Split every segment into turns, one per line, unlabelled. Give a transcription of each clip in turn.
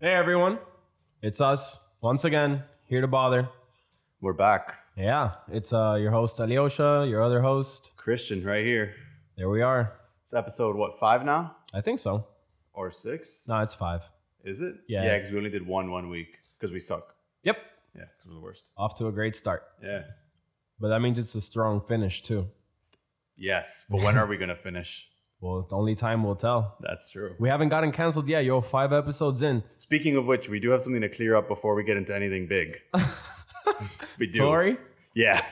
Hey everyone, it's us once again here to bother.
We're back.
Yeah, it's uh, your host Alyosha, your other host.
Christian, right here.
There we are.
It's episode, what, five now?
I think so.
Or six?
No, it's five.
Is it?
Yeah.
Yeah, because we only did one one week because we suck.
Yep,
Yeah, because we're the worst.
off to a great start,
Yeah.
but that means it's a strong finish too.
Yes. But when are we going to finish?
Well, it's only time will tell.
That's true.
We haven't gotten canceled yet, yo. Five episodes in.
Speaking of which, we do have something to clear up before we get into anything big. we do.
Tori?
Yeah.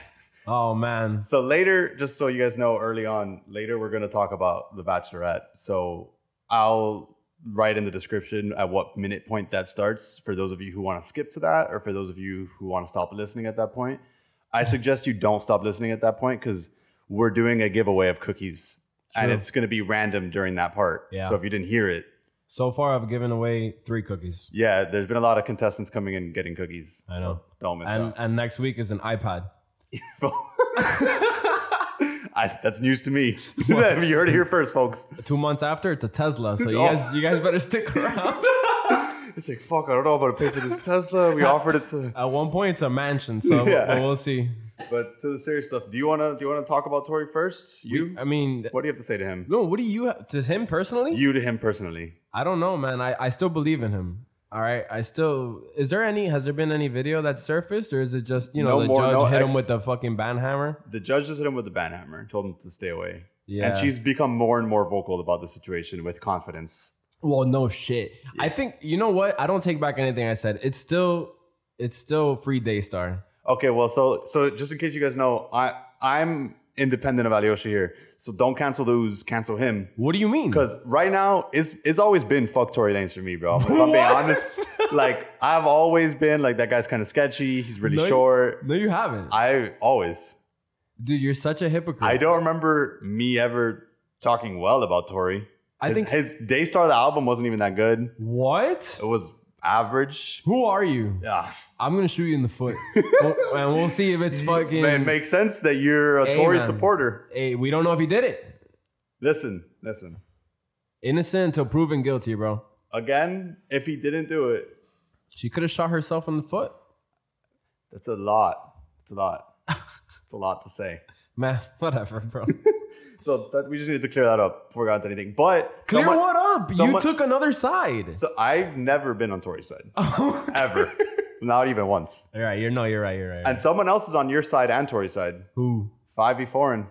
Oh man.
So later, just so you guys know, early on, later we're gonna talk about The Bachelorette. So I'll write in the description at what minute point that starts for those of you who want to skip to that, or for those of you who want to stop listening at that point. I suggest you don't stop listening at that point because we're doing a giveaway of cookies, and
True.
it's gonna be random during that part.
Yeah.
So if you didn't hear it,
So far, I've given away three cookies,
yeah, there's been a lot of contestants coming in getting cookies.
I
So
know.
don't miss
and
out.
and next week is an iPad.
I, that's news to me. you heard it here first, folks.
Two months after, it's a Tesla. So you
Oh.
guys, you guys better stick around.
It's like fuck. I don't know about to pay for this Tesla. We offered it to,
At one point, it's a mansion, so
Yeah.
but we'll see.
but to the serious stuff. Do you wanna do you wanna talk about Tori first? You.
I mean,
what do you have to say to him?
no. What do you have to him personally?
You to him personally.
I don't know, man. I, I still believe in him. All right, I still. Is there any? Has there been any video that surfaced, or is it just you know
No
the
more,
judge
no
hit him
ex-
with the fucking ban hammer?
The judge just hit him with the banhammer and told him to stay away.
Yeah.
And she's become more and more vocal about the situation with confidence.
Well, no shit. I think you know what. I don't take back anything I said. It's still, it's still free Daystar.
Okay, well, so so just in case you guys know, I I'm independent of Alyosha here, so don't cancel those. Cancel him.
What do you mean?
Because right now, it's it's always been fuck Tory Lanez for me, bro. If I'm
What?
being honest, like I've always been like that guy's kind of sketchy. He's really
No, you-
short.
no, you haven't,
I always.
dude. You're such a hypocrite.
I don't remember me ever talking well about Tory.
I
his,
think-
his Daystar the album wasn't even that good.
What?
It was average.
Who are you?
Yeah,
I'm gonna shoot you in the foot, Oh, and we'll see if it's fucking.
Man, it makes sense that you're a Tory
Amen.
supporter.
hey, we don't know if he did it.
Listen, listen.
Innocent until proven guilty, bro.
Again, if he didn't do it,
She could have shot herself in the foot.
that's a lot. It's a lot. It's a lot to say.
Man, whatever, bro.
So that, we just needed to clear that up before we got into anything. But
Clear
someone-
what up? you
someone-
took another side.
So I've never been on Tory's side
all
ever, not even once.
right, you're no, you're right, you're right.
And someone else is on your side and Tory's side.
Who? Oh,
Five E Foreign.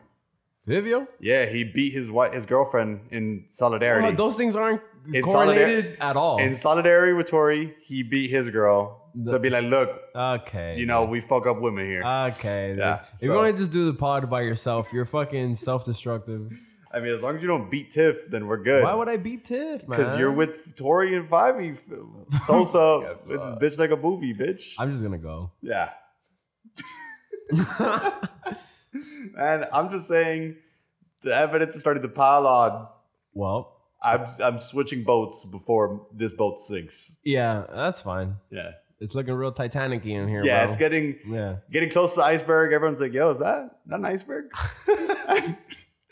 Vivio?
Yeah, he beat his wife, his girlfriend in solidarity.
Oh, those things aren't
It's
correlated at all.
in solidarity with Tory, he beat his girl to be like, look,
okay.
you know, we fuck up women here.
Uh. Okay. dude.
Yeah,
if you
so-
want to just do the pod by yourself, you're fucking self-destructive.
I mean, as long as you don't beat Tiff, then we're good.
Why would I be Tiff, man?
Because you're with Tory and Five E Sosa with this bitch like a movie, bitch.
I'm just gonna go.
yeah. And I'm just saying the evidence is starting to pile on.
well,
I'm I'm switching boats before this boat sinks.
yeah, that's fine.
Yeah.
It's looking real Titanic in here.
yeah,
bro.
it's getting
Yeah.
getting close to the iceberg. Everyone's like, yo, is that that an iceberg? and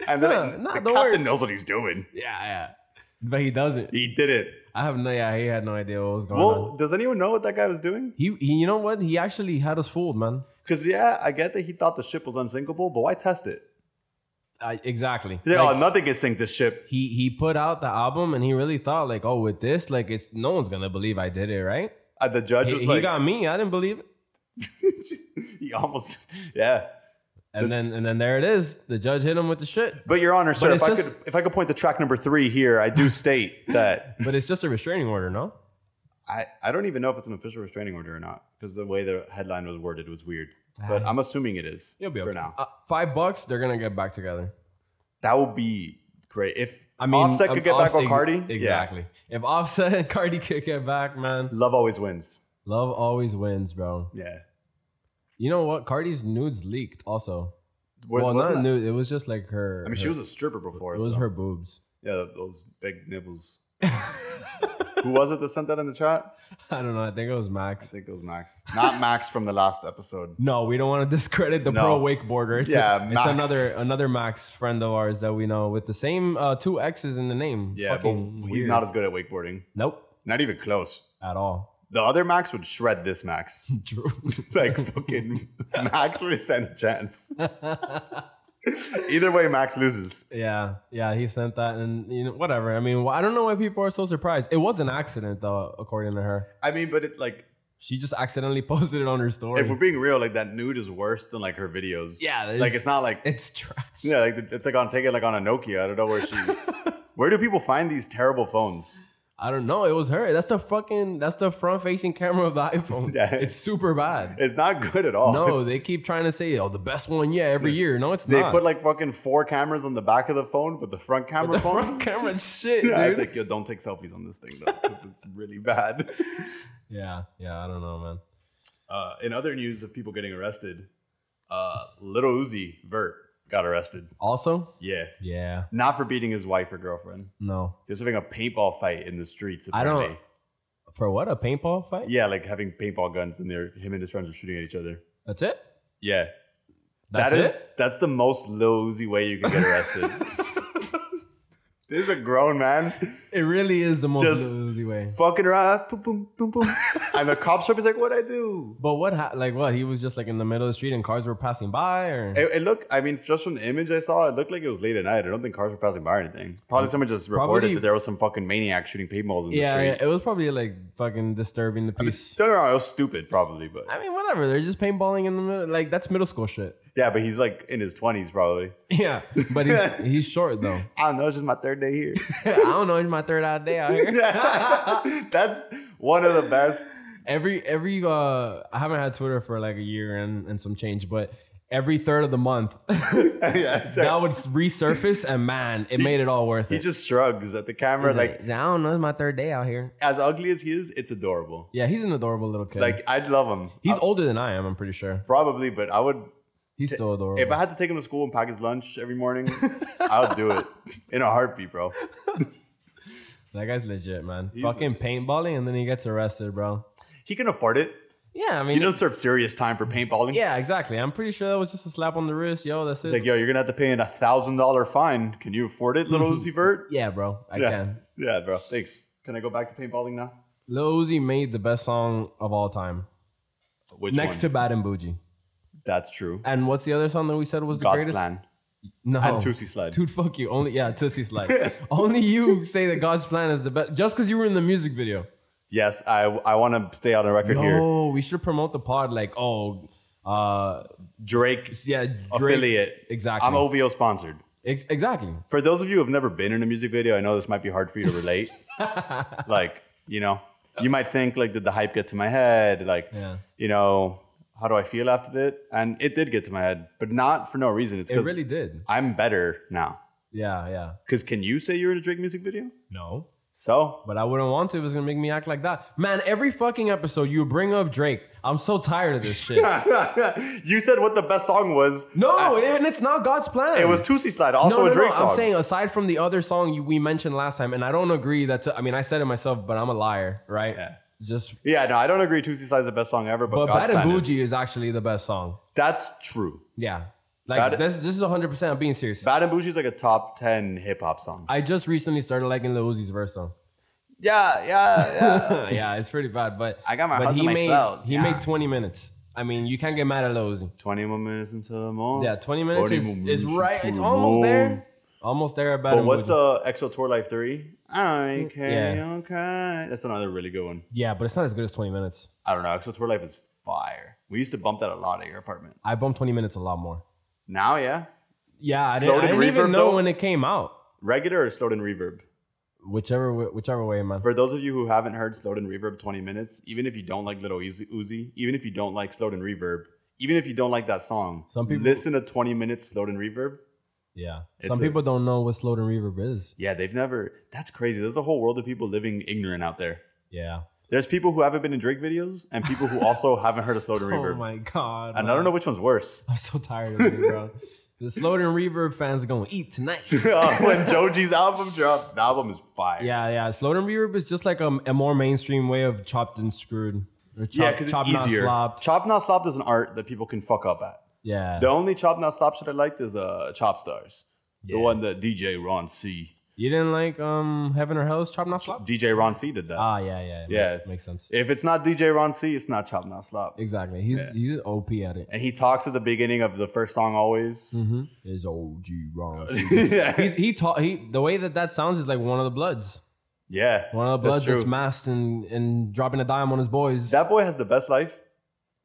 then
No,
like,
no,
the
don't
captain
worry.
knows what he's doing.
Yeah, yeah. But he doesn't.
He did it.
I have no. Yeah, he had no idea what was going
Well,
on.
does anyone know what that guy was doing?
He, he, you know what? He actually had us fooled, man.
Because yeah, I get that he thought the ship was unsinkable, but why test it?
Uh, exactly.
He's like,
Like,
oh, nothing can sink this ship.
he he put out the album and he really thought like, oh, with this, like, it's no one's gonna believe I did it, right?
And the judge
He,
was
he
like,
got me. I didn't believe it.
he almost, yeah.
And
This-
then and then there it is. The judge hit him with the shit.
But Your Honor, sir, if
it's
I
just-
could if I could point to track number three here, I do state that
But it's just a restraining order, no?
I, I don't even know if it's an official restraining order or not because the way the headline was worded was weird. But I'm assuming it is
You'll be okay.
for now.
Ah, Uh, five bucks. They're gonna get back together.
That would be great if
I mean,
Offset
um,
could get
Offset-
back on Cardi. Yeah.
Exactly. If Offset and Cardi could get back, man,
Love always wins.
love always wins, bro.
Yeah,
You know what? Cardi's nudes leaked also.
Wa-
well,
wasn't
not
that-
nude. It was just like her.
I mean, she
her-
was a stripper before.
It was
so-
her boobs.
Yeah, those big nibbles. Who was it that sent that in the chat?
I don't know. I think it was
I
Max.
think it was Max, not Max from the last episode.
No, we don't want to discredit the
No.
pro wakeboarder. It's, a-
Yeah,
it's
Max.
another another Max friend of ours that we know with the same uh, two X's in the name.
Yeah, but
Fucking
he's
weird.
not as good at wakeboarding.
nope.
Not even close.
at all.
The other Max would shred this Max.
True.
like fucking Max would stand a chance.
yeah,
Either way, Max loses.
yeah, he sent that, and you know, whatever. I mean, wh- I don't know why people are so surprised. It was an accident, though, according to her.
I mean, but it like
She just accidentally posted it on her story.
if we're being real, like that nude is worse than like her videos.
yeah, it's,
Like it's not like
it's trash.
yeah, like it's like on take it like on a Nokia. I don't know where she. where do people find these terrible phones?
I don't know. It was her. That's the fucking. That's the front-facing camera of the iPhone.
Yeah. Oh.
It's super bad.
It's not good at all.
No, they keep trying to say, "Oh, the best one, yeah, every year." No, it's
They
not.
put like fucking four cameras on the back of the phone, but the front camera
the
phone.
front camera shit,
yeah,
dude.
it's like yo, don't take selfies on this thing though. 'cause it's really bad.
yeah, yeah. I don't know, man.
Uh, in other news of people getting arrested, uh, little Uzi Vert got arrested.
Also,
Yeah,
yeah,
not for beating his wife or girlfriend.
no.
He was having a paintball fight in the streets.
I don't-
Apparently.
For what? A paintball fight?
Yeah, like having paintball guns, and they're him and his friends were shooting at each other.
That's it.
Yeah,
That's
that is
it?
that's the most Lil Uzi way you can get arrested. this is a grown man
It really is the most
Just-
lazy way.
fucking around, boom, boom, boom, boom, and the cop shop is like, "What I do?"
But what? Ha- like what? He was just like in the middle of the street and cars were passing by, or
It, it looked. I mean, just from the image I saw, it looked like it was late at night. I don't think cars were passing by or anything. Probably someone just reported
Mm. Probably-
that there was some fucking maniac shooting paintballs in the
yeah,
street.
yeah, it was probably like fucking disturbing the peace.
Don't get me wrong, it was stupid, probably, but
I mean, whatever. They're just paintballing in the middle. Like that's middle school shit.
yeah. But he's like in his twenties, probably.
Yeah, but he's he's short though.
I don't know. It's just my third day here.
I don't know. It's my third odd day out here.
That's one of the best.
every every uh, I haven't had Twitter for like a year and and some change, but every third of the month
yeah, it's like-
that would resurface, and man, it made it all worth
he
it.
just shrugs at the camera,
He's
like,
"I don't know. It's my third day out here.
as ugly as he is, it's adorable.
Yeah, he's an adorable little kid.
Like I'd love him.
he's
I-
older than I am. I'm pretty sure
probably, but I would
he's still adorable.
if I had to take him to school and pack his lunch every morning, I would do it in a heartbeat, bro.
that guy's legit, man.
He's
Fucking paintballing, and then he gets arrested, bro.
He can afford it.
Yeah, I
He
mean,
doesn't serve serious time for paintballing.
yeah, exactly. I'm pretty sure that was just a slap on the wrist. Yo, that's
It's
it.
like, yo, you're gonna have to pay an thousand dollar fine. Can you afford it, little Uzi Vert?
yeah, bro, I
Yeah.
can.
Yeah, bro. Thanks. Can I go back to paintballing now?
Lil Uzi made the best song of all time,
Which
next to Bad and Bougie.
that's true.
And what's the other song that we said was the
God's
greatest? Oh.
plan
No,
and Tootsie Slide.
dude, fuck you. Only yeah, Tootsie Slide. Only you say that God's plan is the best, just because you were in the music video.
Yes, I I want to stay on the record here.
No, we should promote the pod like oh, uh,
Drake
yeah, Drake.
affiliate.
Exactly.
I'm OVO sponsored.
Ex- exactly.
For those of you who have never been in a music video, I know this might be hard for you to relate. like, you know, you might think like, did the hype get to my head? Like,
Yeah.
you know, how do I feel after it? And it did get to my head, but not for no reason. It's
It
because
really did.
I'm better now.
Yeah, yeah.
Because can you say you're in a Drake music video?
No.
So
But I wouldn't want to if it's gonna make me act like that. Man, every fucking episode you bring up Drake. I'm so tired of this shit.
you said what the best song was.
No, and it's not God's plan.
It was Tootsie Slide, also
no,
a
no,
Drake
no.
song.
I'm saying aside from the other song you, we mentioned last time, and I don't agree. That's I mean I said it myself, but I'm a liar, right?
Yeah.
Just
yeah, no, I don't agree. Tootsie Slide is the best song ever,
but
but, God's
Bad and
Plan
Bougie is actually the best song.
that's true.
Yeah, like
Bad-
this. This is 100. percent I'm being serious.
Bad and Bougie is like a top ten hip hop song.
I just recently started liking Lil Uzi's verse though.
Yeah, yeah, yeah.
yeah, it's pretty bad, but
I got my
but
heart
he
on my
made
clothes,
he
yeah.
made 20 minutes. I mean, you can't get mad at Lil Uzi.
21 minutes until the morning.
Yeah, 20 minutes
20
is,
minutes
is right.
until
It's
the
almost
morning.
there. Almost there at Bad
But
and
what's
Bougie.
the EXO Tour Life 3? I can't
Mm, Yeah.
cry. That's another really good one.
yeah, but it's not as good as 20 minutes.
I don't know. EXO Tour Life is fire. We used to bump that a lot at your apartment.
I bumped 20 minutes a lot more.
Now, yeah.
Yeah, I
Slowed
didn't, I
and
didn't even
reverb,
know
though?
when it came out.
Regular or slowed and reverb?
Whichever wa- whichever way, man.
For those of you who haven't heard slowed and reverb 20 minutes, even if you don't like Little Uzi, Uzi even if you don't like slowed and reverb, even if you don't like that song,
Some people-
listen to 20 minutes slowed and reverb.
yeah.
It's
Some
a-
people don't know what slowed and reverb is.
Yeah, they've never. That's crazy. There's a whole world of people living ignorant out there.
Yeah.
There's people who haven't been in Drake videos and people who also haven't heard of Slowed and
Oh
Reverb.
my god.
and I don't know which one's worse.
I'm so tired of it, bro. the slowed and reverb fans are going to eat tonight.
Uh, when Joji's album dropped, the album is fire.
yeah, yeah. Slowed and reverb is just like a, a more mainstream way of chopped and screwed. Or chopped,
yeah, because
chopped
it's easier.
not slopped.
Chop Not Slopped is an art that people can fuck up at.
Yeah.
The only Chop Not Slopped shit I liked is uh, Chop Stars,
Yeah.
the one that DJ Ron C
You didn't like um Heaven or Hell's Chop Not Slop?
DJ Ron C did that.
Ah, yeah, yeah, it
Yeah.
makes, makes sense.
if it's not DJ Ron C, it's not Chop Not Slop.
Exactly. He's
Yeah.
he's OP at it.
And he talks at the beginning of the first song always.
Mm-hmm. Is OG wrong? he
yeah.
he taught he the way that that sounds is like one of the Bloods,
yeah.
one of the
That's
Bloods that's,
true.
masked and and dropping a dime on his boys.
That boy has the best life.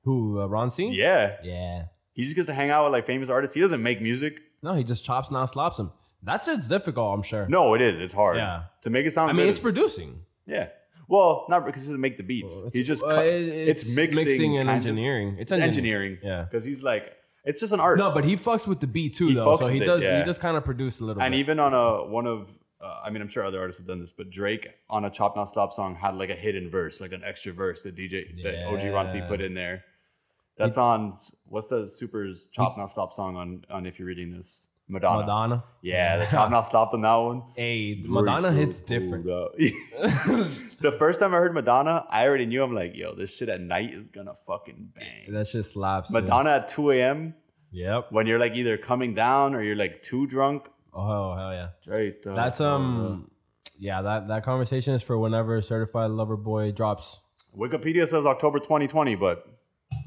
Who uh, Ron C?
Yeah.
yeah.
He just gets to hang out with like famous artists. He doesn't make music.
No, he just chops not slops him. That's it's difficult, I'm sure.
No, it is. It's hard.
Yeah.
To make it sound
I mean
good
it's
is-
producing.
Yeah. Well, not because he doesn't make the beats.
Well, it's-
He just
uh,
cut-
it-
it's mixing
and
kind of-
engineering. It's
it's
engineering.
engineering.
Yeah.
Because he's like, it's just an art.
No, but he fucks with the beat too,
He
though.
fucks
So he
with it,
does. He
yeah.
does kind of produce a little.
and
bit.
even on a one of, uh, I mean, I'm sure other artists have done this, but Drake on a Chop Not Stop song had like a hidden verse, like an extra verse that DJ, that OG Ron C
Yeah.
put in there. That's on what's the Super's Chop Not Stop song on on if you're reading this Madonna.
Madonna.
Yeah, the Chop Not Stop on that one.
Hey, Madonna hits
Drake,
different.
hold up. the first time I heard Madonna, I already knew I'm like, yo, this shit at night is gonna fucking bang.
That shit slaps. dude.
Madonna at 2 a.m.
Yep.
when you're like either coming down or you're like too drunk.
Oh hell yeah.
Right.
That's um. Yeah, that that conversation is for whenever Certified Lover Boy drops.
Wikipedia says October 2020, but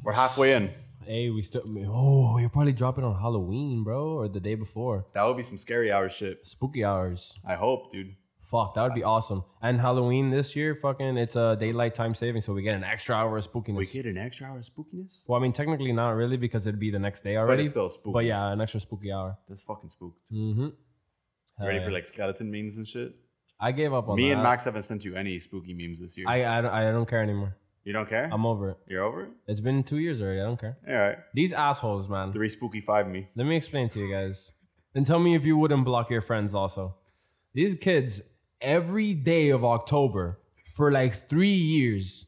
we're halfway in.
Hey, we still. Oh, you're probably dropping on Halloween, bro, or the day before.
That would be some scary hour shit.
Spooky hours.
I hope, dude.
Fuck, that would be awesome. And Halloween this year, fucking, it's a daylight time saving, so we get an extra hour of spookiness.
We get an extra hour of spookiness.
Well, I mean, technically not really because it'd be the next day
But
already.
it's
But,
still spooky.
yeah, an extra spooky hour.
that's fucking spooked.
Mm-hmm.
You ready for like skeleton memes and shit?
I gave up on
Me
that.
and Max haven't sent you any spooky memes this year.
I I don't, I don't care anymore.
you don't care?
I'm over it.
You're over it?
It's been two years already. I don't care.
All right.
These assholes, man.
Three spooky five me.
Let me explain to you guys. And tell me if you wouldn't block your friends also. These kids, every day of October for like three years,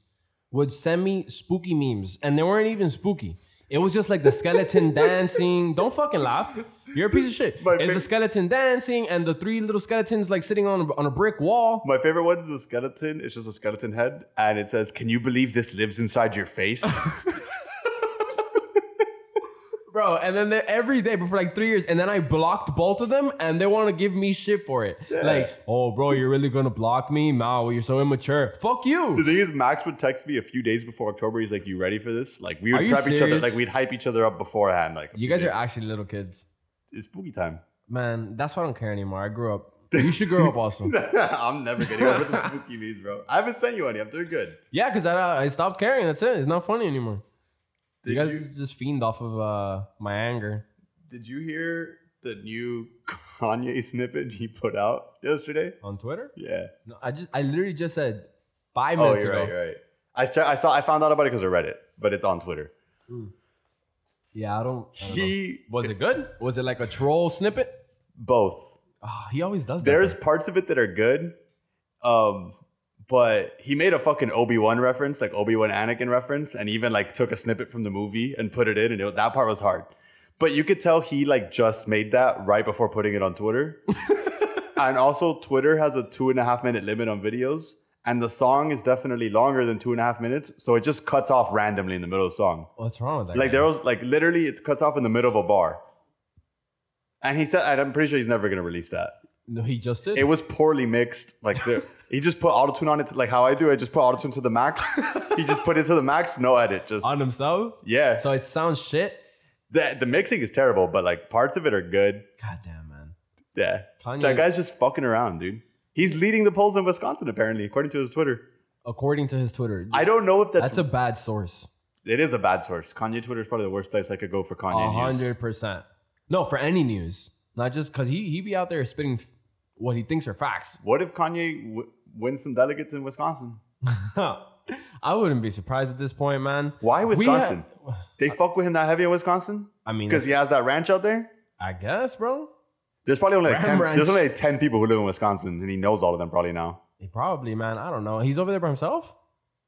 would send me spooky memes. And they weren't even spooky. It was just like the skeleton dancing. Don't fucking laugh. You're a piece of shit.
My
it's
fa-
the skeleton dancing and the three little skeletons like sitting on a, on a brick wall.
My favorite one is a skeleton. It's just a skeleton head, and it says, "Can you believe this lives inside your face?"
Bro, and then they're every day, but for like three years, and then I blocked both of them, and they want to give me shit for it. Like, oh, bro, you're really gonna block me? Mao, you're so immature. Fuck
the
you.
thing is, Max would text me a few days before October. He's like, "You ready for this?" Like we
Are
would
you
prep each other,
serious?
like we'd hype each other up beforehand. Like a
You
few
guys are
days.
actually little kids,
it's spooky time.
man. That's why I don't care anymore. I grew up. You should grow up also.
I'm never getting over the spooky memes, bro. I haven't sent you any. I'm doing good.
Yeah, because I I stopped caring. That's it. It's not funny anymore.
Did
you
you,
guys just fiend off of uh, my anger.
did you hear the new Kanye snippet he put out yesterday?
On Twitter?
Yeah.
No, I just I literally just said five
Oh,
minutes
you're
ago.
right. You're right. I, ch- I saw. I found out about it because I read it, but it's on Twitter.
Yeah, I don't. I don't know.
He
Was it good? Was it like a troll snippet?
both.
Ah, he always does that.
There's parts of it that are good, um, but he made a fucking Obi Wan reference, like Obi Wan Anakin reference, and even like took a snippet from the movie and put it in, and it, that part was hard. But you could tell he like just made that right before putting it on Twitter, and also Twitter has a two and a half minute limit on videos, and the song is definitely longer than two and a half minutes, so it just cuts off randomly in the middle of the song.
What's wrong with that?
Like
guy?
there was like literally it cuts off in the middle of a bar. And he said, and I'm pretty sure he's never gonna release that.
No, he just did.
It was poorly mixed. Like the, he just put autotune on it, to- like how I do. I just put autotune to the max. he just put it to the max, no edit. Just
on himself.
yeah.
So it sounds shit.
the the mixing is terrible, but like parts of it are good.
God damn, man.
Yeah,
Kanye,
that guy's just fucking around, dude. He's leading the polls in Wisconsin, apparently, according to his Twitter.
according to his Twitter,
I don't know if that's,
that's a bad source.
it is a bad source. Kanye Twitter is probably the worst place I could go for Kanye.
A
news.
hundred percent. No, for any news, not just because he he be out there spitting f- what he thinks are facts.
What if Kanye w- wins some delegates in Wisconsin?
I wouldn't be surprised at this point, man.
Why
We
Wisconsin?
ha-
they fuck with him that heavy in Wisconsin
I mean,
because he has that ranch out there.
I guess, bro.
There's probably only like
Ram
10,
ranch.
there's only like 10 people who live in Wisconsin, and he knows all of them probably now.
He probably, man. I don't know. He's over there by himself.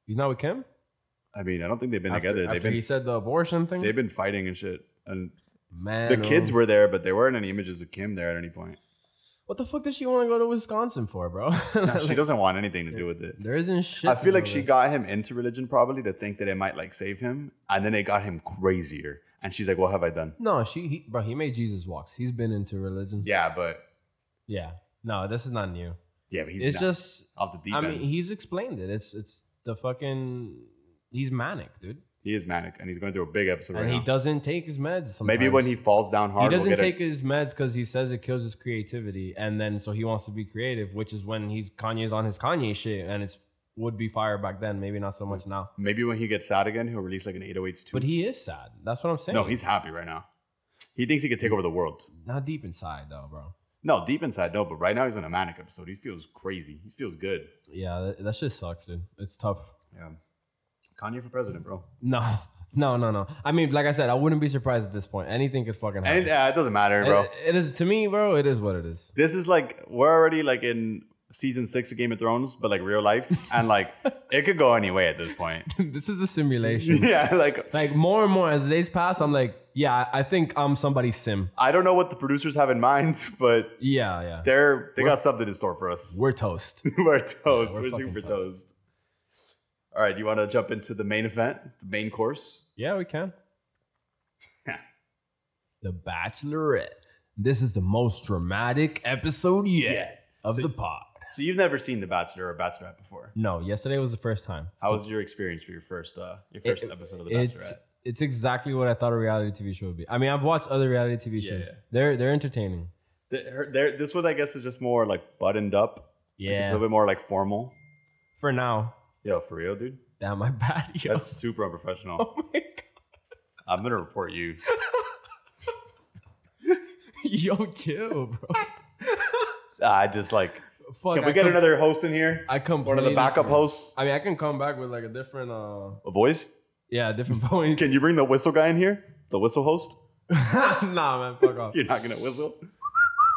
He's not with Kim.
I mean, I don't think they've been
After-
together.
after
They've been
he said the abortion thing.
they've been fighting and shit. And
man,
the kids
oh.
were there, but there weren't any images of Kim there at any point.
What the fuck does she want to go to Wisconsin for, bro?
No, she
Like,
doesn't want anything to do with it.
There isn't shit.
I
to
feel
do
like she
with it.
got him into religion probably to think that it might like save him, and then it got him crazier. And she's like, "What have I done?"
No, she, he, bro, he made Jesus walks. He's been into religion.
Yeah, but
Yeah. No, this is not new.
Yeah, but he's
it's
not
just
off the deep
I
end.
mean, he's explained it. It's it's the fucking he's manic, dude.
he is manic, and he's going through a big episode
and
right
he
now.
doesn't take his meds. Sometimes.
Maybe when he falls down
he
hard, we'll
doesn't
get a-
take his meds because he says it kills his creativity, and then so he wants to be creative, which is when he's Kanye's on his Kanye shit, and it's would be fire back then, maybe not so much now.
maybe when he gets sad again, he'll release like an 808s too.
But he is sad. That's what I'm saying.
no, he's happy right now. He thinks he could take over the world.
not deep inside though, bro.
No, deep inside, no. But right now, he's in a manic episode. He feels crazy. He feels good.
Yeah, that, that shit sucks, dude. It's tough.
Yeah. Kanye for president, bro.
No, no, no, no. I mean, like I said, I wouldn't be surprised at this point. Anything could fucking happen.
And yeah, it doesn't matter, bro.
It- it is to me, bro. It is what it is.
this is like we're already like in season six of Game of Thrones, but like real life, and like it could go any way at this point.
this is a simulation.
yeah, like
like more and more as the days pass, I'm like, yeah, I- I think I'm somebody's sim.
I don't know what the producers have in mind, but
Yeah, yeah.
they're they
We're-
got something in store for us.
We're toast.
we're toast.
Yeah, we're
we're
fucking
super
toast.
toast. All right, you want to jump into the main event, the main course?
yeah, we can. the Bachelorette. This is the most dramatic episode yet of
So-
the pod.
So you've never seen The Bachelor or Bachelorette before.
No, yesterday was the first time.
How was your experience for your first uh your first
It-
episode of The
It's,
Bachelorette?
it's exactly what I thought a reality TV show would be. I mean, I've watched other reality TV
Yeah,
shows.
yeah.
They're they're entertaining.
The- her- there, this one I guess is just more like buttoned up. Like, it's a
Yeah.
little bit more like formal.
For now,
Yo, for real, dude.
damn my bad. Yo.
That's super unprofessional.
oh my god.
I'm gonna report you.
Yo, chill, bro.
I just like,
Fuck.
can we
I
get
com-
another host in here?
I completely.
One of the backup hosts.
I mean, I can come back with like a different, uh,
A voice?
yeah, different points.
Can you bring the whistle guy in here? The whistle host?
nah, man, fuck off.
You're not gonna whistle.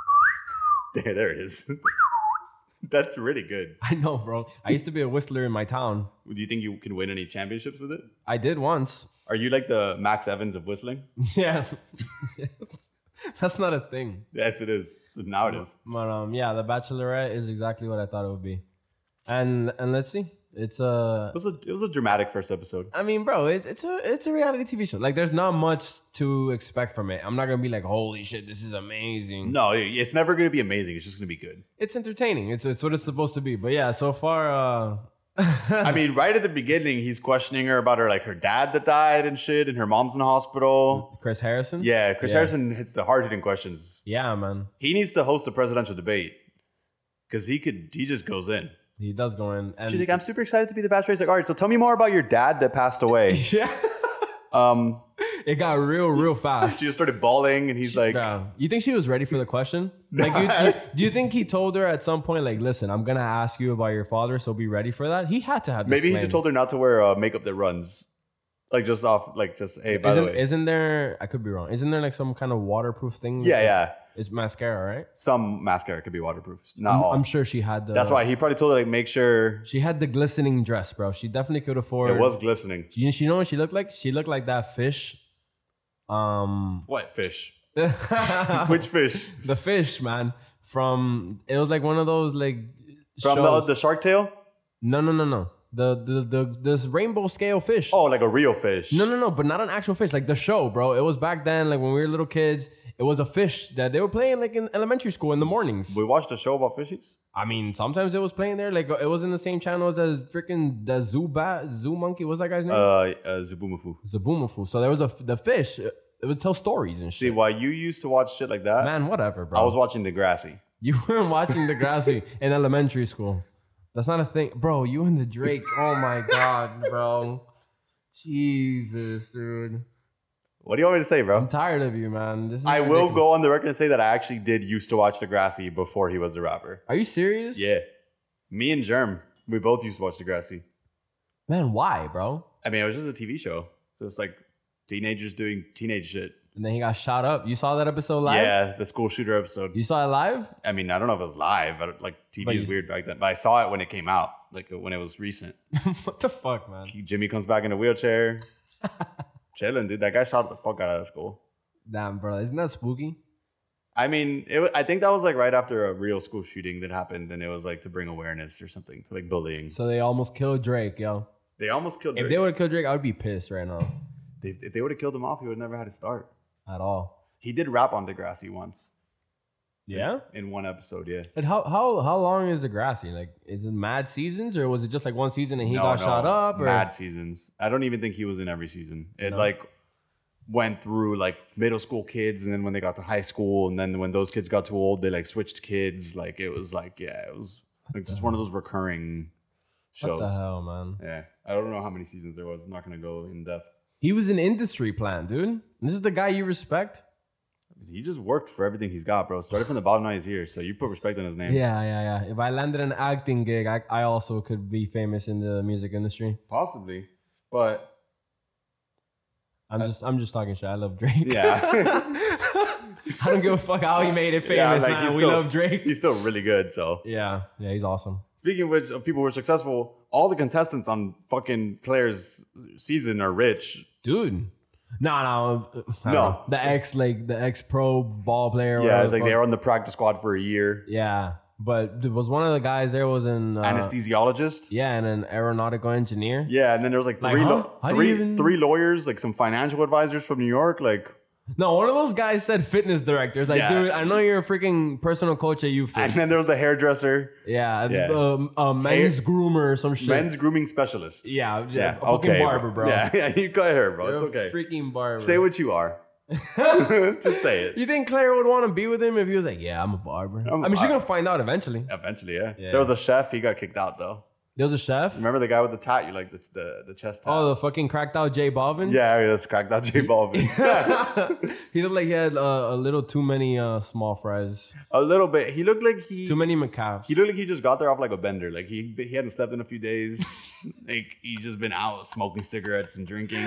there, there it is. That's really good.
I know, bro. I used to be a whistler in my town.
Do you think you can win any championships with it?
I did once.
Are you like the Max Evans of whistling?
Yeah. That's not a thing.
Yes, it is. So now it is.
But um, yeah, The Bachelorette is exactly what I thought it would be. And and let's see. It's uh, a.
It was a it was a dramatic first episode.
I mean, bro, it's it's a it's a reality TV show. Like, there's not much to expect from it. I'm not gonna be like, holy shit, this is amazing.
No, it's never gonna be amazing. It's just gonna be good.
It's entertaining. It's it's what it's supposed to be. But yeah, so far, uh,
I mean, right at the beginning, he's questioning her about her like her dad that died and shit, and her mom's in the hospital.
Chris Harrison.
Yeah, Chris
Mm-hmm. Yeah.
Harrison hits the hard hitting questions.
Yeah, man.
He needs to host a presidential debate because he could. He just goes in.
He does go in. And
She's like, "I'm super excited to be the bachelor." He's like, "All right, so tell me more about your dad that passed away."
yeah.
um,
It got real, real fast.
she just started bawling, and he's like,
Bro, you think she was ready for the question? Like, you, you, do you think he told her at some point, like, listen, I'm gonna ask you about your father, so be ready for that? He had to have. This
"Maybe he
planned.
just told her not to wear uh, makeup that runs, like just off, like just hey, by
Isn't,
the way,
isn't there? I could be wrong. Isn't there like some kind of waterproof thing?
yeah, yeah,
It's mascara, right?
some mascara could be waterproof, not
I'm,
all."
I'm sure she had the.
Oh. That's why he probably told her like make sure
she had the glistening dress, bro. She definitely could afford.
it was glistening.
You, you know what she looked like? She looked like that fish. Um,
What fish? Which
which
fish?
the fish man from it was like one of those like
From the,
shows.
the shark tail?
no no no no the the the this rainbow scale fish.
Oh, like a real fish.
No no no, but not an actual fish. Like the show, bro. It was back then, like when we were little kids. It was a fish that they were playing like in elementary school in the mornings.
We watched a show about fishies.
I mean, sometimes it was playing there. Like it was in the same channel as the freaking the zoo bat, zoo monkey. What's that guy's
Uh,
name?
uh Zubumafu.
Zabumafu. So there was a f- the fish. It would tell stories and
See,
shit.
why you used to watch shit like that,
Man, whatever, bro.
I was watching Degrassi.
You weren't watching Degrassi in elementary school. That's not a thing, bro. You and the Drake. Oh my god, bro. Jesus, dude.
What do you want me to say,
I'm
bro?
tired of you, man. This is
I will
ridiculous.
go on the record and say that I actually did used to watch Degrassi before he was a rapper.
Are you serious?
Yeah. Me and Germ, we both used to watch Degrassi.
Man, why, bro?
I mean, it was just a TV show. Just like teenagers doing teenage shit.
And then he got shot up. You saw that episode live?
Yeah, the school shooter episode.
You saw it live?
I mean, I don't know if it was live. I don't, like TV
But
was
you-
weird back then, but I saw it when it came out, like when it was recent.
what the fuck, man?
Jimmy comes back in a wheelchair. Chilling, dude. That guy shot the fuck out of that school.
Damn, bro. Isn't that spooky?
I mean, it, wa- I think that was like right after a real school shooting that happened, and it was like to bring awareness or something to like bullying.
So they almost killed Drake, yo.
They almost killed.
If
Drake.
they would have killed Drake, I would be pissed right now.
They- if they would have killed him off, he would never had to start.
At all.
He did rap on Degrassi once.
Yeah.
in one episode. Yeah.
And how how how long is the grassy? Like, is it mad seasons or was it just like one season and he
No,
got
no,
shot up? Or
Mad seasons. I don't even think he was in every season. It
No.
like went through like middle school kids, and then when they got to high school, and then when those kids got too old, they like switched kids. Like it was like yeah, it was like just one of those recurring
what the
shows.
hell, man?
Yeah, I don't know how many seasons there was. I'm not gonna go in depth.
He was an industry plant, dude. And this is the guy you respect.
He just worked for everything he's got, bro. Started from the bottom, now he's here. So you put respect on his name.
Yeah, yeah, yeah. If I landed an acting gig, I, I also could be famous in the music industry.
possibly, but
I'm just I'm just talking shit. I love Drake.
Uh, Yeah.
I don't give a fuck how he made it
Yeah,
famous,
like,
man.
he's
We
still-
love Drake.
he's still really good. So
yeah, yeah, he's awesome.
Speaking of which, of people who are successful, all the contestants on fucking Claire's season are rich.
Dude. No, no. uh, I don't
No.
know. The ex like the ex pro ball player.
yeah,
whatever
it's
the
like
fuck.
they were on the practice squad for a year.
Yeah. But there was one of the guys there was an uh,
Anesthesiologist. Yeah.
Yeah, and an aeronautical engineer.
and then there was like
Like,
three,
huh?
lo-
How do you
three,
even-
three lawyers, like some financial advisors from New York. Like,
No, one of those guys said fitness director. It's like,
Yeah.
dude, I know you're a freaking personal coach at
and
UFit.
then there was the hairdresser,
yeah,
Yeah.
Um, a men's groomer or some shit.
men's grooming specialist.
yeah, yeah,
yeah,
a fucking
okay,
barber, bro.
Yeah, yeah, you got hair, bro.
You're
It's
a
okay.
Freaking barber.
Say what you are. Just say it.
you think Claire would want to be with him if he was like, yeah, I'm a barber. i
I'm a
mean, she's
barber.
gonna find out eventually.
Eventually, yeah.
Yeah.
There was a chef. He got kicked out though.
There was a chef.
Remember the guy with the tat? You like the the, the chest tat?
Oh, the fucking cracked out Jay Balvin.
Yeah, yeah, that's cracked out J Balvin.
he looked like he had uh, a little too many uh, small fries,
a little bit. He looked like he
too many macaws.
he looked like he just got there off like a bender. Like he he hadn't slept in a few days. like he's just been out smoking cigarettes and drinking.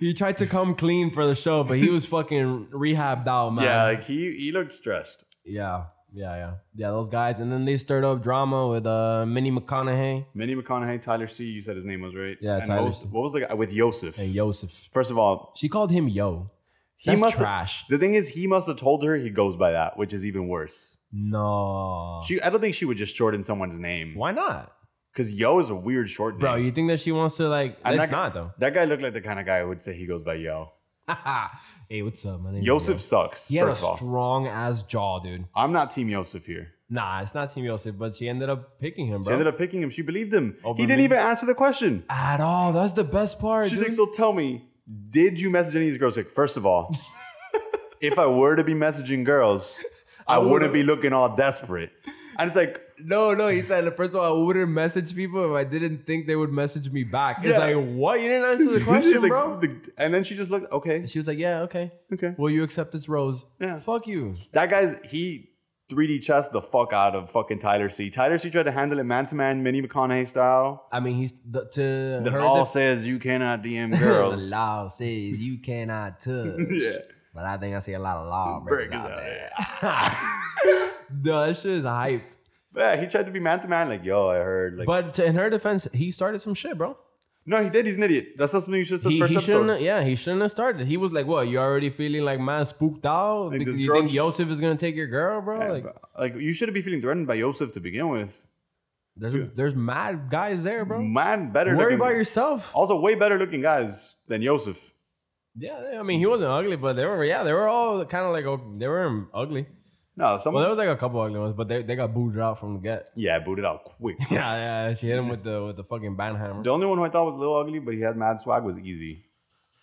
He tried to come clean for the show, but he was fucking rehabbed out, man.
Yeah, like he he looked stressed.
yeah, yeah, yeah, yeah. Those guys, and then they stirred up drama with uh, Minnie McConaughey
Minnie McConaughey, Tyler C. You said his name was right.
Yeah,
and
Tyler
most-
C.
what was the guy with Yosef?
and Yosef.
First of all,
She called him Yo.
he
That's
must.
trash.
The thing is, he must have told her he goes by that, which is even worse.
No.
She, I don't think she would just shorten someone's name
Why not,
because Yo is a weird short name.
bro? You think that she wants to like?
I'm
That's
not
not though.
that guy looked like the kind of guy who would say he goes by Yo.
hey, what's up, my name?
Yosef sucks.
He had a
first of all,
strong ass jaw, dude.
I'm not Team Yosef here.
Nah, it's not Team Yosef, but she ended up picking him,
She
bro.
ended up picking him. She believed him.
Open
he didn't
me.
even answer the question.
At all. That's the best part.
She's
dude.
like, so tell me, did you message any of these girls? Like, first of all, if I were to be messaging girls, I,
I
wouldn't
would've-
be looking all desperate. And it's like,
No, no, he said, first of all, I wouldn't message people if I didn't think they would message me back. It's
Yeah.
like, what? You didn't answer the
she's
question,
like,
bro?
the- and then she just looked, okay,
And she was like, yeah, okay.
okay.
Will you accept this rose?
Yeah.
Fuck you.
That guy's, he 3D chest the fuck out of fucking Tyler C. Tyler C tried to handle it man to man, Minnie McConaughey style.
I mean, he's th- to
Then
her
all
def-
says you cannot DM girls.
the law says you cannot touch.
yeah.
But I think I see a lot of law
Breakers
breakers
out
out there. Duh, that shit is hype.
Yeah, he tried to be man to man, like, yo, I heard, like,
but to, in her defense, he started some shit, bro.
No, he did. He's an idiot. That's not something you should have said
He,
first
he
episode.
shouldn't. Yeah, he shouldn't have started. He was like, "What? You already feeling like man spooked out
Like,
because
this
you
girl-
think Yosef is gonna take your girl, bro?
Yeah,
like,
but, like, you should be feeling threatened by Yosef to begin with.
there's
dude.
there's mad guys there, bro.
Man, better
Worry
looking-
about yourself.
Also, way better looking guys than Yosef.
Yeah, I mean, he wasn't ugly, but they were. Yeah, they were all kind of like oh, they were ugly.
No, some
Well, there was like a couple ugly ones, but they, they got booted out from the get.
yeah, booted out quick.
Yeah, yeah. She hit him with the with the fucking ban hammer.
the only one who I thought was a little ugly, but he had mad swag was Easy.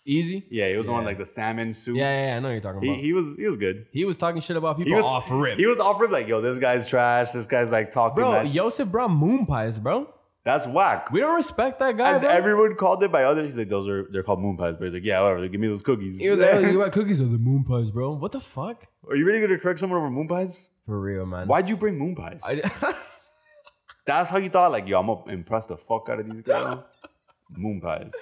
Easy.
Yeah, he was the one
Yeah.
like the salmon suit.
Yeah, yeah, yeah, I know you're talking
he,
about. He,
he was he was good.
was talking shit about people
He was
off rip.
He was off rip like, yo, this guy's trash. This guy's like talking.
bro,
that shit.
Yosef brought moon pies, bro.
That's whack.
We don't respect that guy,
And
bro.
everyone called it by other. He's like, those are they're called moon pies. But he's like, yeah, whatever. Give me those cookies.
He was like, oh, you got cookies or the moon pies, bro. What the fuck?
are you really gonna correct someone over moon pies?
For real, man.
Why'd you bring moon pies?
I,
That's how you thought, like, yo, I'm gonna impress the fuck out of these girls. Moon pies.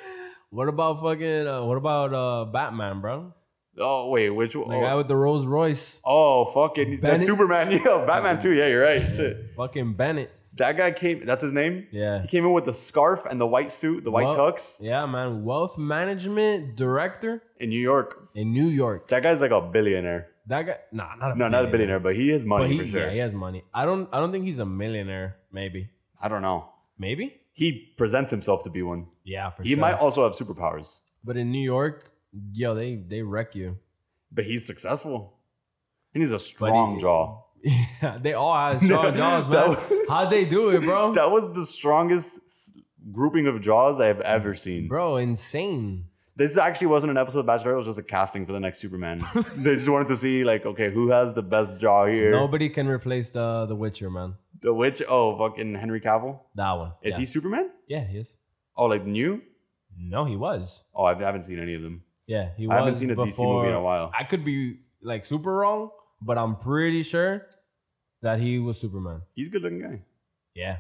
what about fucking, uh, what about uh, Batman, bro?
Oh wait, which one?
The guy
Oh,
with the Rolls Royce.
oh, fucking that's
Bennett?
Superman. Yeah, Batman too. Yeah, you're right. Shit,
Fucking Bennett.
that guy came. That's his name.
Yeah.
He came in with the scarf and the white suit, the white
Well-
tux
Yeah, man. Wealth management director
in New York.
in New York.
That guy's like a billionaire.
That guy, nah, not a
No, not a billionaire, but he has money
But he,
for sure.
yeah, he has money. I don't, I don't think he's a millionaire. Maybe,
I don't know.
maybe.
He presents himself to be one.
Yeah, for
he
sure.
might also have superpowers,
but in New York, yo, they they wreck you.
but he's successful. And he's a
But
strong
he-
jaw.
Yeah, they all had strong jaws, man.
That was-
How'd they do it, bro?
That was the strongest s- grouping of jaws I have ever seen.
Bro, insane.
This actually wasn't an episode of Bachelor. It was just a casting for the next Superman. they just wanted to see, like, okay, who has the best jaw here?
Nobody can replace the the Witcher, man.
The witch. Oh, fucking Henry Cavill.
That one.
Is
yeah.
he Superman?
Yeah, he is.
Oh, like new?
No, he was.
Oh, I haven't seen any of them.
Yeah, he was.
I haven't seen a DC movie in a
before-
while.
I could be like super wrong, but I'm pretty sure that he was Superman.
He's a good looking guy.
Yeah.
Yeah.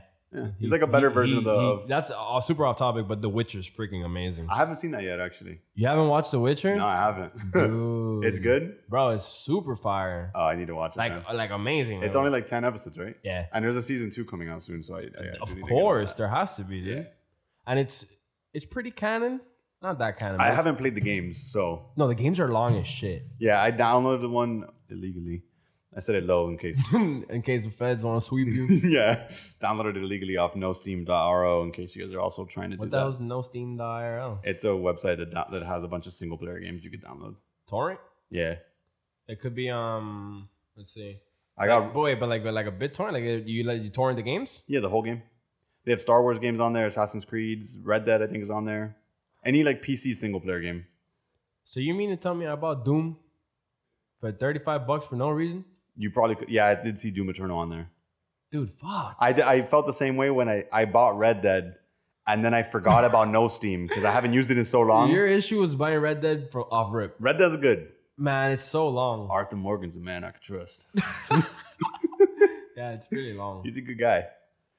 He-
He's like a better
he-
version of
he-
the.
he-
of-
that's uh, super off topic, but The Witcher's freaking amazing.
I haven't seen that yet, actually.
you haven't watched The Witcher?
No, I haven't.
Dude.
it's good.
Bro, it's super fire.
Oh, I need to watch it.
like oh,
then.
like amazing.
it's
man.
only like ten episodes, right?
Yeah.
And there's a season two coming out soon, so I. I- I do need to
of
get on
course,
that.
there has to be, dude.
Yeah.
And it's it's pretty canon. Not that canon.
I
but-
haven't played the games, so
No, the games are long as shit.
yeah, I downloaded the one illegally. I said it low in case.
In case the feds want to sweep you.
yeah, downloaded it illegally off NoSteam.ro in case you guys are also trying to do
what the
that.
hell's no Steam IRL?
It's a website that do- that has a bunch of single player games you could download.
Torrent?
Yeah,
It could be um. Let's see.
I got
But wait, but like, but like a BitTorrent, like uh, you like you torrent the games.
Yeah, the whole game. They have Star Wars games on there, Assassin's Creed's, Red Dead, I think is on there. Any like PC single player game.
So you mean to tell me I bought Doom for thirty five bucks for no reason,
You probably could. Yeah, I did see Doom Eternal on there.
dude? Fuck.
I, d- I felt the same way when I, I bought Red Dead and then I forgot about No Steam because I haven't used it in so long.
Your issue was buying Red Dead for off rip.
Red Dead's good.
Man, it's so long.
Arthur Morgan's a man I could trust.
Yeah, it's really long.
He's a good guy.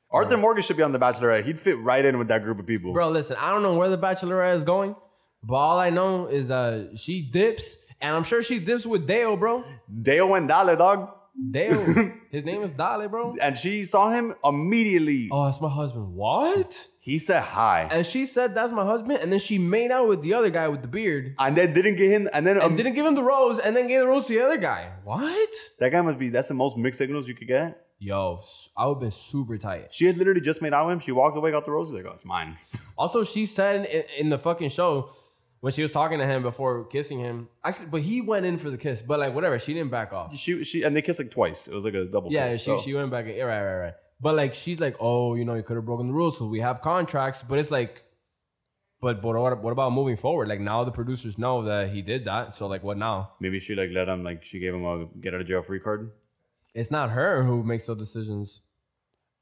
Arthur Morgan should be on The Bachelorette. He'd fit right in with that group of people.
Bro, listen, I don't know where the Bachelorette is going, but all I know is uh she dips, and I'm sure she dips with Dale, bro.
Dale went Dale, dog.
Dale, his name is Dale, bro.
And she saw him immediately.
Oh, that's my husband. What?
He said hi. And,
And she said that's my husband, and then she made out with the other guy with the beard.
then didn't get him. And then um,
and
im-
didn't give him the rose and then gave the rose to the other guy. What?
That guy must be. That's the most mixed signals you could get.
Yo, s- I would have been super tight.
She had literally just made out with him. She walked away, got the roses. Like, oh, it's mine.
Also, she said in, in the fucking show when she was talking to him before kissing him, actually, but he went in for the kiss, but like whatever, she didn't back off.
She she and they kissed like twice. It was like a double.
yeah,
kiss,
she,
so.
she went back. Yeah, right, right, right. But like, she's like, oh, you know, you could have broken the rules because we have contracts, but it's like, but, but what, what about moving forward? Like now the producers know that he did that. So like, what now?
maybe she like let him like she gave him a get out of jail free card.
It's not her who makes those decisions.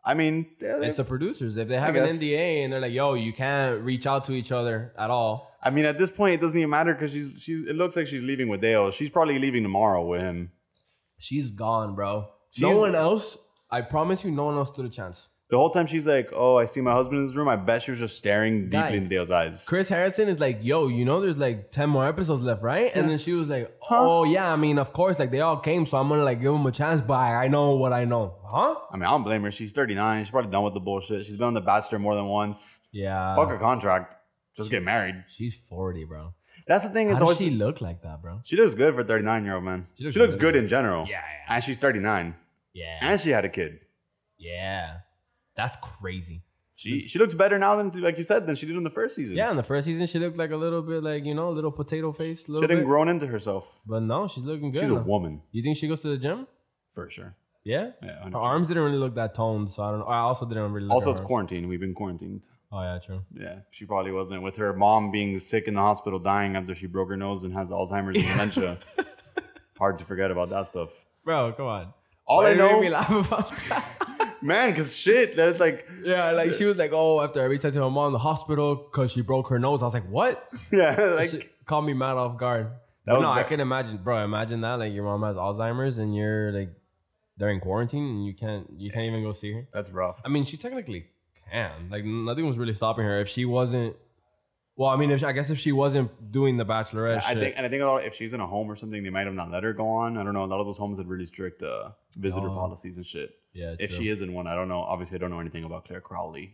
I mean, yeah,
It's the
like-
producers. If they have an
guess.
NDA and they're like, yo, you can't reach out to each other at all.
I mean, at this point, it doesn't even matter because she's she's. It looks like she's leaving with Dale. She's probably leaving tomorrow with him.
She's gone, bro.
She's-
no one else. I promise you, no one else stood a chance.
The whole time she's like, "Oh, I see my husband in his room." I bet she was just staring
Guy.
deeply in Dale's eyes.
Chris Harrison is like, yo, you know, there's like 10 more episodes left, right? And then she was like, oh, yeah, I mean, of course, like they all came, so I'm gonna like give them a chance, but I I know what I know. Huh?
I mean, I don't blame her. She's 39. She's probably done with the bullshit. She's been on The Bachelor more than once.
Yeah.
Fuck a contract. Just get married.
She's 40, bro.
That's the thing. It's
How
always
does she look like that, bro?
She looks good for 39 year old man. She
She
looks,
looks
good,
good.
in general.
Yeah, yeah,
And she's 39.
yeah.
And she had a kid.
Yeah. That's crazy.
She she looks better now than like you said than she did in the first season.
Yeah, in the first season, she looked like a little bit like, you know, little potato face.
She
Little
hadn't
bit.
grown into herself.
But no, she's looking good.
she's a
now.
woman
You think she goes to the gym?
for sure.
Yeah.
Yeah.
Her
100%.
arms didn't really look that toned, so I don't. I also didn't really. Look at
Also, it's
her.
quarantine. We've been quarantined.
Oh yeah, true.
Yeah, she probably wasn't with her mom being sick in the hospital, dying after she broke her nose and has Alzheimer's and dementia. Hard to forget about that stuff.
Bro, come on.
All
Why
I
you make
know,
me laugh about that?
man, because shit, that's like,
yeah, like she was like, "Oh, after I reached out to her mom in the hospital because she broke her nose," I was like, "What?"
yeah, like
She called me mad off guard.
That
But
was
no, I
ba-
can imagine, bro. Imagine that, like your mom has Alzheimer's and you're like, they're in quarantine and you can't, you can't even go see her.
that's rough.
I mean, she technically can. Like nothing was really stopping her if she wasn't. Well, I mean, if I guess if she wasn't doing the Bachelorette,
I
shit,
think, and I think a lot, if she's in a home or something, they might have not let her go on. I don't know. A lot of those homes had really strict uh, visitor
Oh.
policies and shit.
yeah,
If
true.
she is in one, I don't know. Obviously, I don't know anything about Claire Crowley.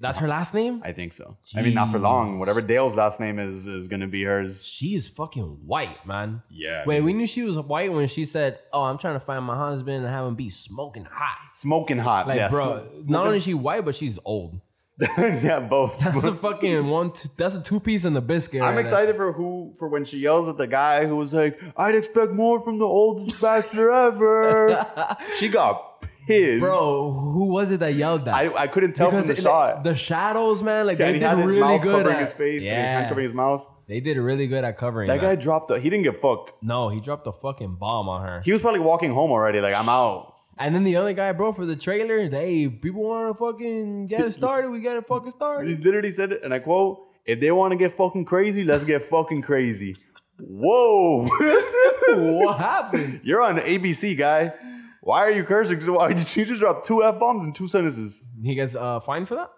that's her last name.
I think so. I mean, not for long.
Jeez.
Whatever Dale's last name is, is gonna be hers.
She is fucking white, man.
Yeah.
Wait, we knew she was white when she said, "Oh, I'm trying to find my husband and have him be smoking hot."
smoking hot.
Like,
yeah,
bro,
smo-
not
smoking-
only is she white, but she's old.
yeah, both.
That's a fucking one. Two, that's a two piece and a biscuit.
I'm
right there.
excited for who for when she yells at the guy who was like, "I'd expect more from the oldest bachelor ever." she got pissed,
Bro, who was it that yelled that?
I, I couldn't tell from the
it-
shot.
the shadows, man, like
Yeah,
they
he
did
had his
really
mouth
good
covering
at
his face and his hand
Yeah.
covering his mouth.
They did really good at covering
That
that.
guy dropped. The, he didn't give a fuck.
No, he dropped a fucking bomb on her.
He was probably walking home already. Like I'm out.
And then the other guy, bro, for the trailer, hey, people want to fucking get it started. We got to fucking
He
started.
literally said it, and I quote: "If they want to get fucking crazy, let's get fucking crazy." Whoa,
what happened?
You're on ABC, guy. Why are you cursing? So Why did you just drop two f bombs in two sentences?
He gets uh, fined for that?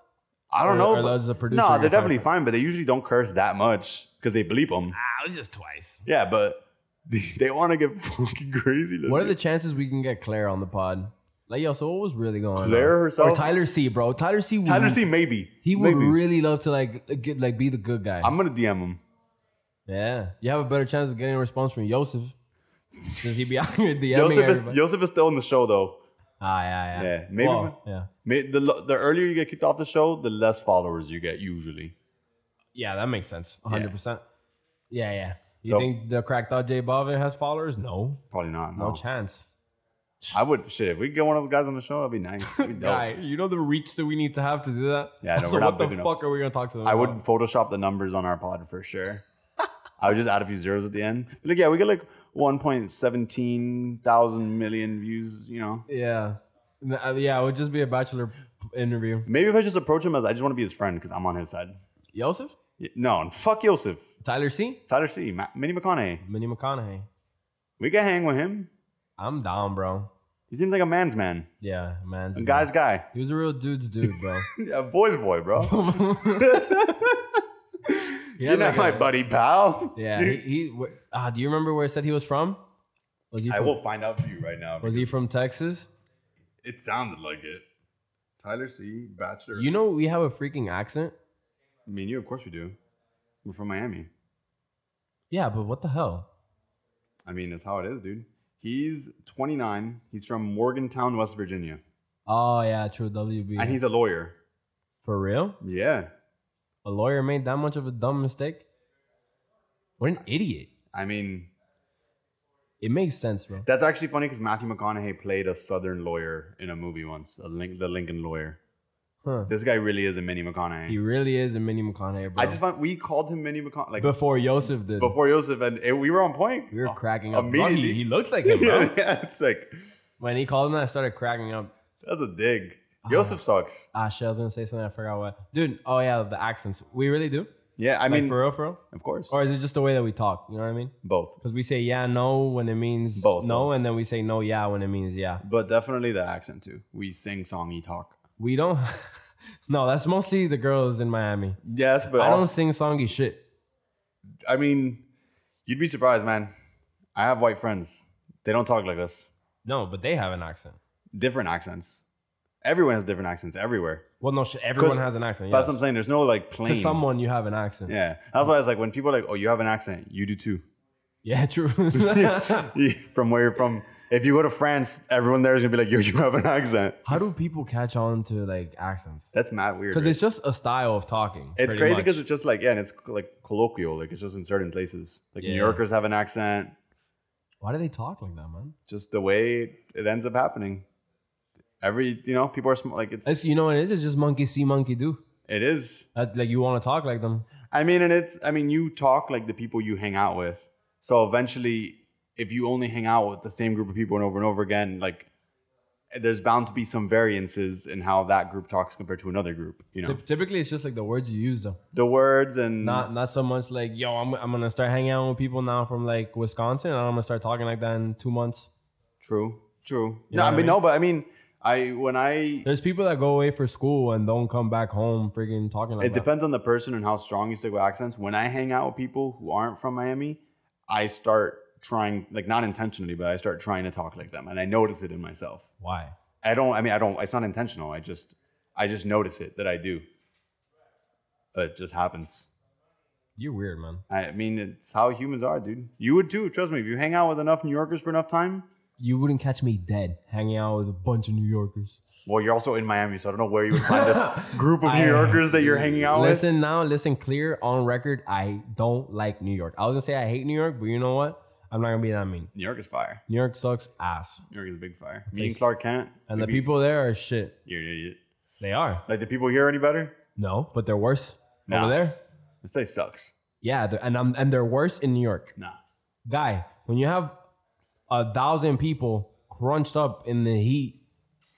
I don't
Or-
know.
or
but-
does the producer
no,
get
they're
fined
definitely
for
fine, but they usually don't curse that much because they bleep them.
Ah, it was just twice.
Yeah, but they want to get fucking crazy. Let's
What are the
get-
chances we can get Claire on the pod? Like, yo, so what was really going on?
Claire herself?
Or Tyler C, bro. Tyler C. Would,
Tyler C? Maybe
He would
Maybe.
really love to, like, get, like be the good guy.
I'm gonna DM him.
yeah. You have a better chance of getting a response from Yosef. Since he'd be out here DMing
Joseph is,
everybody.
Joseph is still in the show though.
ah, yeah, yeah.
Yeah, maybe-
Well, yeah.
May- The, lo- the earlier you get kicked off the show, the less followers you get usually.
Yeah, that makes sense.
Yeah.
100%. Yeah, yeah. You
So-
think the cracked out J Balvin has followers? No.
Probably not.
No
No.
chance.
I would shit if we could get one of those guys on the show. That'd be nice. That'd be dope.
Guy, you know the reach that we need to have to do that?
Yeah, no,
so
we're not
what the
big enough.
fuck are we going to talk to them
I would
about?
Photoshop the numbers on our pod for sure. I would just add a few zeros at the end. Like, yeah, we get like 1.17 thousand million views, you know.
Yeah. N- uh, Yeah, it would just be a bachelor p- interview.
Maybe if I just approach him as I just want to be his friend because I'm on his side.
Yosef?
Y- No, fuck Yosef.
Tyler C?
Tyler C. Ma- Minnie McConaughey.
Minnie McConaughey.
We can hang with him.
I'm down, bro.
He seems like a man's man,
Yeah, man.
a guy's guy,
He was a real dude's dude, bro.
a boy's boy, bro.
Yeah,
You're not my
like a-
buddy, pal.
Yeah, he, he wh- ah, do you remember where it said he was from? Was he
I
from,
will find out for you right now.
was he from Texas?
It sounded like it. Tyler C. Bachelor.
You know we have a freaking accent?
I mean, you of course we do. We're from Miami.
Yeah, but what the hell?
I mean, that's how it is, dude. He's 29. He's from Morgantown, West Virginia,
Oh yeah, true WB.
and he's a lawyer.
For real?
Yeah,
A lawyer made that much of a dumb mistake? What an idiot.
I mean,
It makes sense, bro.
that's actually funny because Matthew McConaughey played a Southern lawyer in a movie once, a Link, the Lincoln lawyer.
Huh.
This guy really is a mini
He
McConaughey.
really is a mini McConaughey, bro.
I just found we called him Mini McConaughey like
before Yosef did.
before Joseph, and it- we were on point.
we were
Oh,
cracking up. Bro, he,
immediately.
he looks like him, bro.
yeah, yeah, it's like
When he called him that, I started cracking up.
that's a dig.
Ah.
Joseph sucks.
Ah, shit, I was gonna say something. I forgot what. Dude, oh yeah, the accents. We really do.
Yeah, I
like,
mean,
for real, for real.
of course,
Or is it just the way that we talk? You know what I mean?
both.
Because we say yeah, no when it means
Both,
no,
both.
and then we say no, yeah when it means yeah.
But definitely the accent too. We sing, songy, talk.
We don't. no, that's mostly the girls in Miami.
Yes, but
I
also,
don't sing songy shit.
I mean, you'd be surprised, man. I have white friends. They don't talk like us.
No, but they have an accent.
Different accents. Everyone has different accents everywhere.
Well, no shit. Everyone
'Cause
has an accent.
That's
yes.
what I'm saying. There's no like plain.
To someone, you have an accent.
Yeah. That's why it's like when people are like, oh, you have an accent. You do too.
Yeah, true.
from where you're from. If you go to France, everyone there is gonna be like, yo, you have an accent.
How do people catch on to like accents?
That's mad weird.
Because
right?
it's just a style of talking.
it's
pretty
crazy
much.
because it's just like yeah, and it's like colloquial. Like it's just in certain places. Like New
Yeah.
Yorkers have an accent.
why do they talk like that, man?
Just the way it ends up happening. Every you know, people are sm- like it's,
It's you know what it is. It's just monkey see, monkey do.
it is
That, like you want to talk like them.
I mean, and it's, I mean, you talk like the people you hang out with. So eventually, if you only hang out with the same group of people and over and over again, like there's bound to be some variances in how that group talks compared to another group, you know?
Typ- Typically, it's just like the words you use though.
the words and
Not not so much like yo, I'm I'm gonna start hanging out with people now from like Wisconsin, and I'm gonna start talking like that in two months.
true, true.
You know
no, I
what I
mean,
mean?
no, but I mean, I, when I,
There's people that go away for school and don't come back home, freaking talking like
it
that.
depends on the person and how strong you stick with accents. When I hang out with people who aren't from Miami, I start trying, like not intentionally, but I start trying to talk like them and I notice it in myself.
Why?
I don't. I mean, I don't. It's not intentional. I just, I just notice it that I do. It just happens.
You're weird, man.
I mean, it's how humans are, dude. You would too. Trust me. If you hang out with enough New Yorkers for enough time,
You wouldn't catch me dead hanging out with a bunch of New Yorkers.
Well, you're also in Miami, so I don't know where you would find this group of New Yorkers that you're hanging out with.
Listen now, listen clear on record. I don't like New York. I was gonna say I hate New York, but you know what? I'm not gonna be that mean.
New York is fire.
New York sucks ass,
New York is a big fire. Me and
Place-
Clark Kent.
and
we'd
the
be-
people there are shit.
You're an idiot.
They are
Like the people here any better?
no, but they're worse
Nah.
over there.
This place sucks.
Yeah, they're- and I'm and they're worse in New York.
Nah.
Guy, when you have a thousand people crunched up in the heat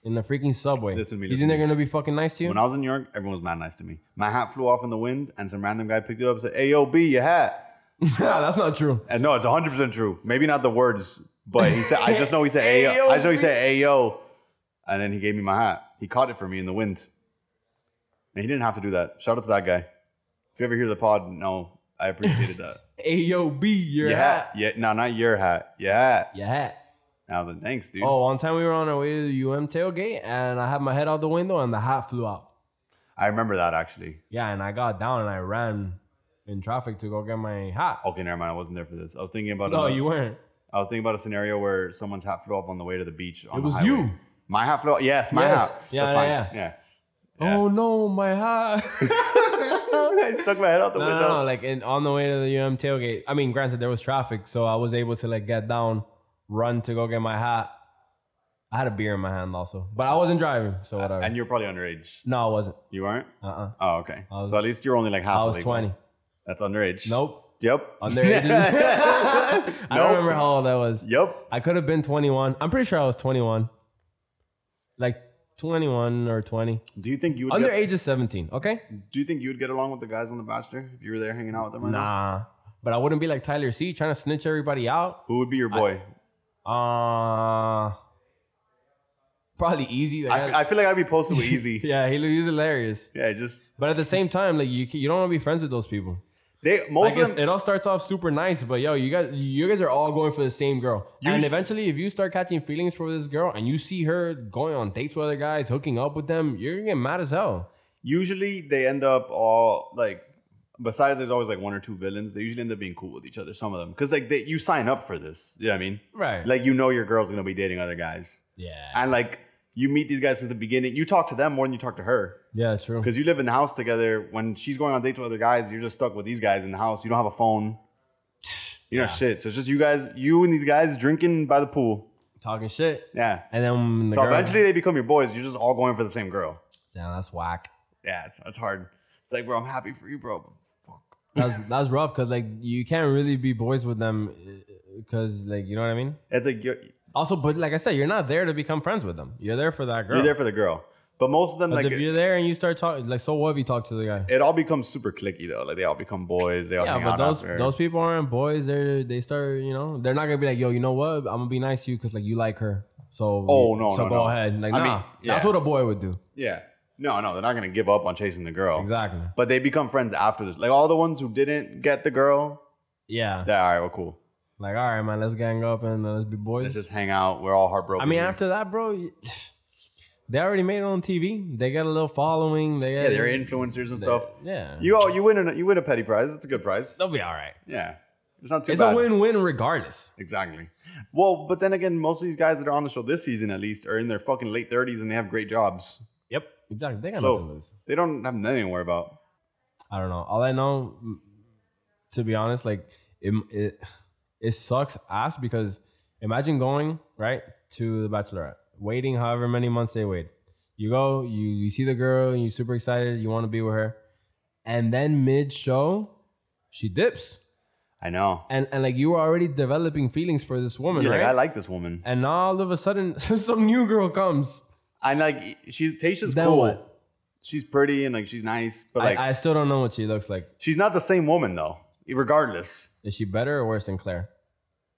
in the freaking subway,
Listen to me,
you
listen
think
to
they're gonna be fucking nice to you?
When I was in New York, everyone was mad nice to me. My hat flew off in the wind, and some random guy picked it up and said, "Hey, yo, B, your hat."
Nah, that's not true.
And no, it's 100 percent true. Maybe not the words, but he said, "I just know he said,
Hey,
hey, yo,
yo,
I just know he
B."
said, hey, yo," and then he gave me my hat. He caught it for me in the wind, and he didn't have to do that. Shout out to that guy. If you ever hear the pod, no, I appreciated that.
AOB, your
yeah,
hat.
yeah, no, not your hat. Your hat.
Your hat.
And I was like, thanks, dude.
Oh, one time we were on our way to the UM tailgate and I had my head out the window and the hat flew out.
I remember that actually.
Yeah, and I got down and I ran in traffic to go get my hat.
Okay, never mind. I wasn't there for this. I was thinking about
no,
a-
you weren't.
I was thinking about a scenario where someone's hat flew off on the way to the beach. On
It
the
was
highway.
you.
My hat flew off. Yes, my
Yes.
hat.
Yeah, yeah,
That's fine.
yeah.
yeah.
Oh no, my hat.
I stuck my head out the
no,
window.
no, no, like in, on the way to the UM tailgate. I mean, granted, there was traffic, so I was able to like get down, run to go get my hat. I had a beer in my hand also, but I wasn't driving, so whatever.
And you're probably underage.
no, I wasn't.
You weren't?
Uh uh
Oh, okay.
I was-
so at least you're only like half.
I was
illegal.
20.
That's underage.
Nope.
Yep.
Underage. I
Nope.
don't remember how old I was.
Yep.
I could have been 21. I'm pretty sure I was 21. Like 21 or 20.
Do you think you would
Under
get,
age of 17, okay?
Do you think you would get along with the guys on The Bachelor if you were there hanging out with them? Right Now?
Nah. But I wouldn't be like Tyler C trying to snitch everybody out.
Who would be your boy?
Uh probably easy.
I,
Like,
f- I feel like I'd be posted with Easy.
yeah, he, he's hilarious.
yeah, just
But at the same time, like you, ca- you don't want to be friends with those people.
they
Like
most of
it's,
them.
it all starts off super nice, but yo, you guys, you guys are all going for the same girl,
You
and
sh-
eventually, if you start catching feelings for this girl and you see her going on dates with other guys, hooking up with them, you're gonna get mad as hell.
usually they end up all like besides there's always like one or two villains they usually end up being cool with each other some of them because like they, you sign up for this you know what i mean
Right.
like you know your girl's gonna be dating other guys
yeah.
and like you meet these guys since the beginning you talk to them more than you talk to her
Yeah, true.
because you live in the house together when she's going on dates with other guys you're just stuck with these guys in the house you don't have a phone you know
Yeah.
shit so it's just you guys you and these guys drinking by the pool
Talking shit.
yeah
And then when the
so
girl,
eventually they become your boys you're just all going for the same girl
Damn, that's whack.
yeah it's, it's hard it's like bro i'm happy for you bro but fuck
That's that's rough because like you can't really be boys with them because like you know what I mean.
It's like you're,
Also, but like I said, you're not there to become friends with them. You're there for that girl.
you're there for the girl, but most of them
'Cause
like
if you're there and you start talking, like so what if you talk to the guy?
it all becomes super clicky though. Like they all become boys. They all
Yeah,
hang
but
out
those
after.
those people aren't boys. They they start, you know, they're not gonna be like, yo, you know what? I'm gonna be nice to you because like you like her. So
Oh, no,
so
no,
go
no.
ahead. Like
I
nah,
mean, yeah.
that's what a boy would do.
yeah, no, no, they're not gonna give up on chasing the girl.
Exactly.
But they become friends after this. Like all the ones who didn't get the girl,
Yeah.
they're all right. Well, cool.
Like all right, man, let's gang up and uh, let's be boys.
Let's just hang out. We're all heartbroken.
I mean,
here.
after that, bro, you- they already made it on TV. They got a little following. They got,
yeah, they're influencers and
they-
stuff.
Yeah,
You all you win a you win a petty prize. It's a good prize.
they'll be all right.
Yeah, it's not too
It's
bad.
a win-win regardless.
Exactly. Well, but then again, most of these guys that are on the show this season, at least, are in their fucking late thirties and they have great jobs.
Yep, exactly. They got
So-
nothing to lose.
They don't have nothing to worry about.
I don't know. All I know, m- to be honest, like it, it, it sucks ass because imagine going right to the Bachelorette, waiting however many months they wait. You go, you you see the girl, and you're super excited, you want to be with her, and then mid show, she dips,
I know.
and and like you were already developing feelings for this woman,
You're
right?
like, I like this woman.
and all of a sudden, some new girl comes.
And like she's Tasha's
Then
cool.
what?
She's pretty and like she's nice, but like
I, I still don't know what she looks like.
she's not the same woman though. Regardless,
Is she better or worse than Claire?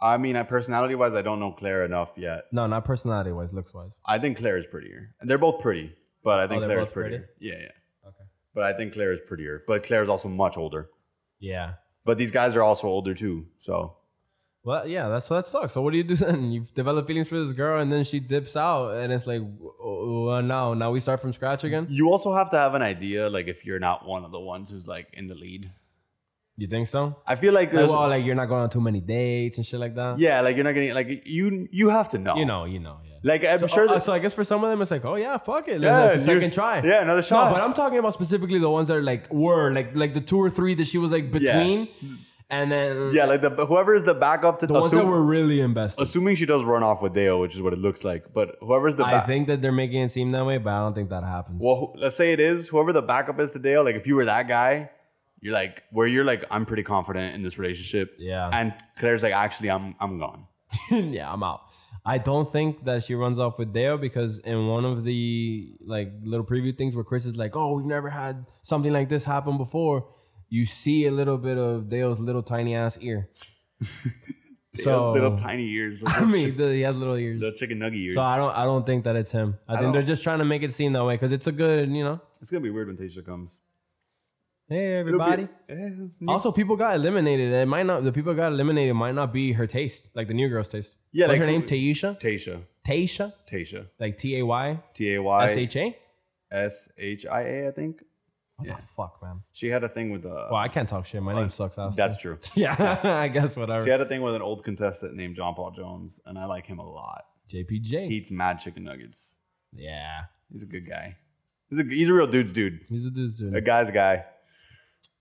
I mean, I personality wise, I don't know Claire enough yet.
No, not personality wise, looks wise.
I think Claire is prettier. They're both pretty, but I think
Oh, they're
Claire is
both pretty?
prettier. Yeah, yeah.
Okay.
But I think Claire is prettier. But Claire is also much older.
Yeah.
But these guys are also older too. So
Well, yeah, that's that sucks. So what do you do then? You develop feelings for this girl, and then she dips out, and it's like, oh, well, now now we start from scratch again.
you also have to have an idea, like if you're not one of the ones who's like in the lead.
You think so?
I feel like
Like,
there's,
well, like you're not going on too many dates and shit like that.
yeah, like you're not getting like you you have to know.
You know, you know. Yeah.
Like I'm
so,
sure
uh,
that
so I guess for some of them, it's like, oh yeah, fuck it,
Yeah,
yeah, that's the
you-
second try.
yeah, another
No,
shot.
but I'm talking about specifically the ones that are like were like like the two or three that she was like between, and then
Mm. yeah, like the whoever is the backup to
the ones that
assume-
were really invested.
assuming she does run off with Deo, which is what it looks like. But whoever's the
I
back,
think that they're making it seem that way, but I don't think that happens.
well, who- let's say it is whoever the backup is to Deo. Like if you were that guy, you're like where you're like I'm pretty confident in this relationship,
yeah,
and Claire's like actually I'm I'm gone.
yeah, I'm out. I don't think that she runs off with Dale because in one of the like little preview things where Chris is like, "Oh, we've never had something like this happen before," you see a little bit of Dale's little tiny ass ear.
Deo's little
So-
tiny ears,
I mean, the- he has little ears.
the chicken nugget ears.
So I don't, I don't think that it's him. I,
I
think
don't-
they're just trying to make it seem that way because it's a good, you know.
It's gonna be weird when Tasha comes.
Hey
It'll be-
everybody!
Eh,
Also, people got eliminated. It might not the people who got eliminated might not be her taste, like the new girl's taste.
Yeah,
What's
like
her name?
who-
Taisha.
Tasha,
Taisha,
Tasha,
like T A Y
T A
S
Y
H A.
S H I A. I think
What
Yeah.
the fuck, man?
she had a thing with uh.
Well, I can't talk shit. My
uh,
name sucks ass.
that's true.
yeah. I guess
She
whatever.
had a thing with an old contestant named John Paul Jones, and I like him a lot.
JPJ.
He eats mad chicken nuggets.
yeah,
He's a good guy. He's a he's a real dude's dude.
he's a dude's dude.
A guy's guy.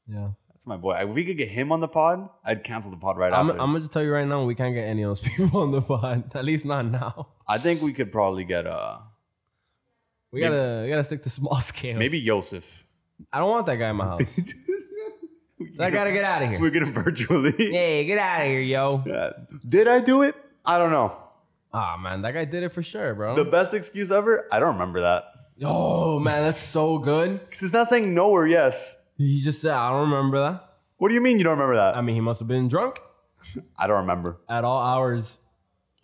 yeah,
That's my boy. If we could get him on the pod, I'd cancel the pod right
I'm, I'm
after.
gonna just tell you right now, we can't get any of those people on the pod. At least not now.
I think we could probably get uh
We
Maybe-
gotta, we gotta stick to small scale.
maybe Yosef.
I don't want that guy in my house. So I gotta get out of
We
here.
get him virtually.
Hey, get out of here, yo.
Yeah. Did I do it? I don't know.
Ah man, that guy did it for sure, bro.
The best excuse ever. I don't remember that
oh man, that's so good.
because it's not saying no or yes.
He just said, I don't remember that.
What do you mean you don't remember that?
I mean, he must have been drunk
I don't remember.
at all hours.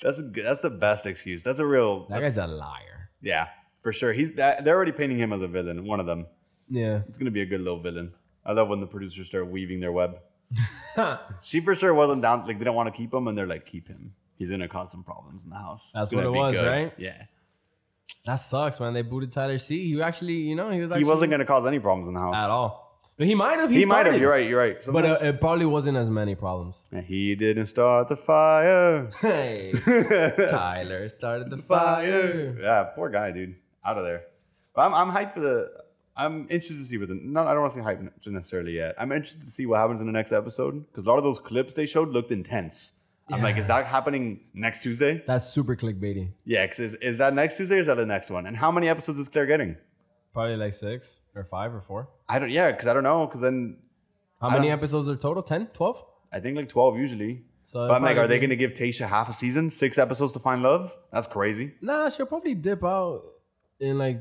That's a, good- that's the best excuse. That's a real.
That
that's-
guy's a liar.
yeah, for sure. He's that, they're already painting him as a villain. One of them.
Yeah.
It's gonna be a good little villain. I love when the producers start weaving their web. She for sure wasn't down. Like they didn't want to keep him, and they're like, keep him. He's gonna cause some problems in the house.
That's
It's gonna
what it
be
was, right?
Yeah.
that sucks, man. They booted Tyler C. He actually, you know, he was actually
he wasn't gonna cause any problems in the house
at all. But he might have. He,
He, might have.
started.
You're right. You're right.
But uh, it probably wasn't as many problems.
But he didn't start the fire.
Hey, Tyler started the fire.
Yeah, poor guy, dude. Out of there. But I'm, I'm hyped for the. I'm interested to see what the. Not, I don't want to say hype necessarily yet. I'm interested to see what happens in the next episode because a lot of those clips they showed looked intense. I'm like,
Yeah.
is that happening next Tuesday?
That's super clickbaity.
Yeah, 'cause is, is that next Tuesday or is that the next one? And how many episodes is Claire getting?
Probably like six or five or four.
I don't. Yeah, because I don't know. Because then
How
I
many
don't-
episodes are total? 10, 12?
I think like 12 usually.
So
But I'm like,
probably
are they
be-
going to give Tasha half a season, six episodes to find love? That's crazy.
Nah, she'll probably dip out in like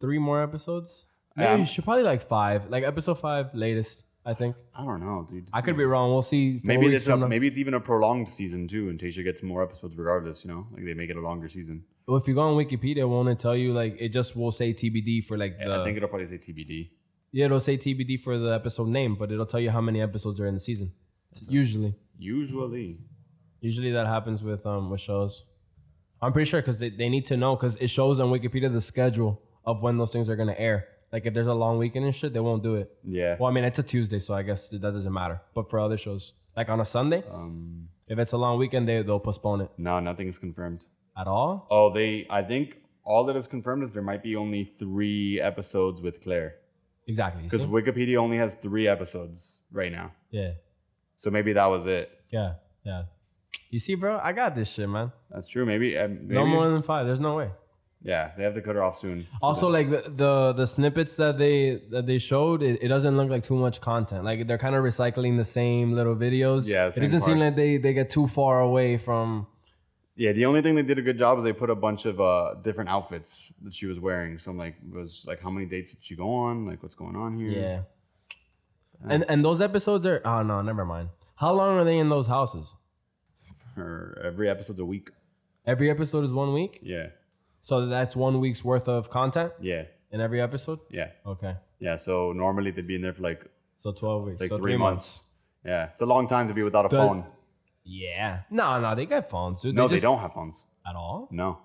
three more episodes. Maybe
Um,
she'll probably like five, like episode five latest. I think
I don't know, dude.
I could be wrong. We'll see. four
Maybe
weeks
it's
from
a,
now.
maybe it's even a prolonged season too, and Tasha gets more episodes regardless. You know, like they make it a longer season.
Well, if you go on Wikipedia, won't it tell you like it just will say TBD for like
I-
the
I think it'll probably say TBD.
yeah it'll say TBD for the episode name, but it'll tell you how many episodes are in the season. Usually,
Usually,
usually that happens with um with shows. I'm pretty sure because they, they need to know because it shows on Wikipedia the schedule of when those things are gonna air. Like if there's a long weekend and shit, they won't do it.
yeah.
Well, I mean, it's a Tuesday, so I guess that doesn't matter. But for other shows, like on a Sunday,
Um,
if it's a long weekend, they, they'll postpone it
no, nothing is confirmed.
at all.
Oh, they. I think all that is confirmed is there might be only three episodes with Claire
Exactly. you
because
see?
Wikipedia only has three episodes right now.
yeah,
So maybe that was it.
yeah, yeah. You see, bro, I got this shit, man.
That's true. Maybe. Uh, maybe
No more than five. There's no way.
Yeah, they have to cut her off soon. So
Also,
then-
like the, the the snippets that they that they showed, it, it doesn't look like too much content. Like they're kind of recycling the same little videos.
Yeah,
it
same
doesn't seem like
parts.
they they get too far away from.
Yeah, the only thing they did a good job is they put a bunch of uh, different outfits that she was wearing. So I'm like, was like, how many dates did she go on? Like, what's going on here?
Yeah.
Hmm.
And and those episodes are oh no never mind. How long are they in those houses?
Her, every episode's a week.
Every episode is one week.
Yeah,
So that's one week's worth of content
yeah,
in every episode.
yeah,
Okay,
yeah. So normally they'd be in there for like
so twelve weeks,
like
so
three months. Yeah, it's a long time to be without a
The-
phone.
Yeah, no, no, they got phones. Dude.
No,
they,
they
just-
don't have phones.
at all.
No,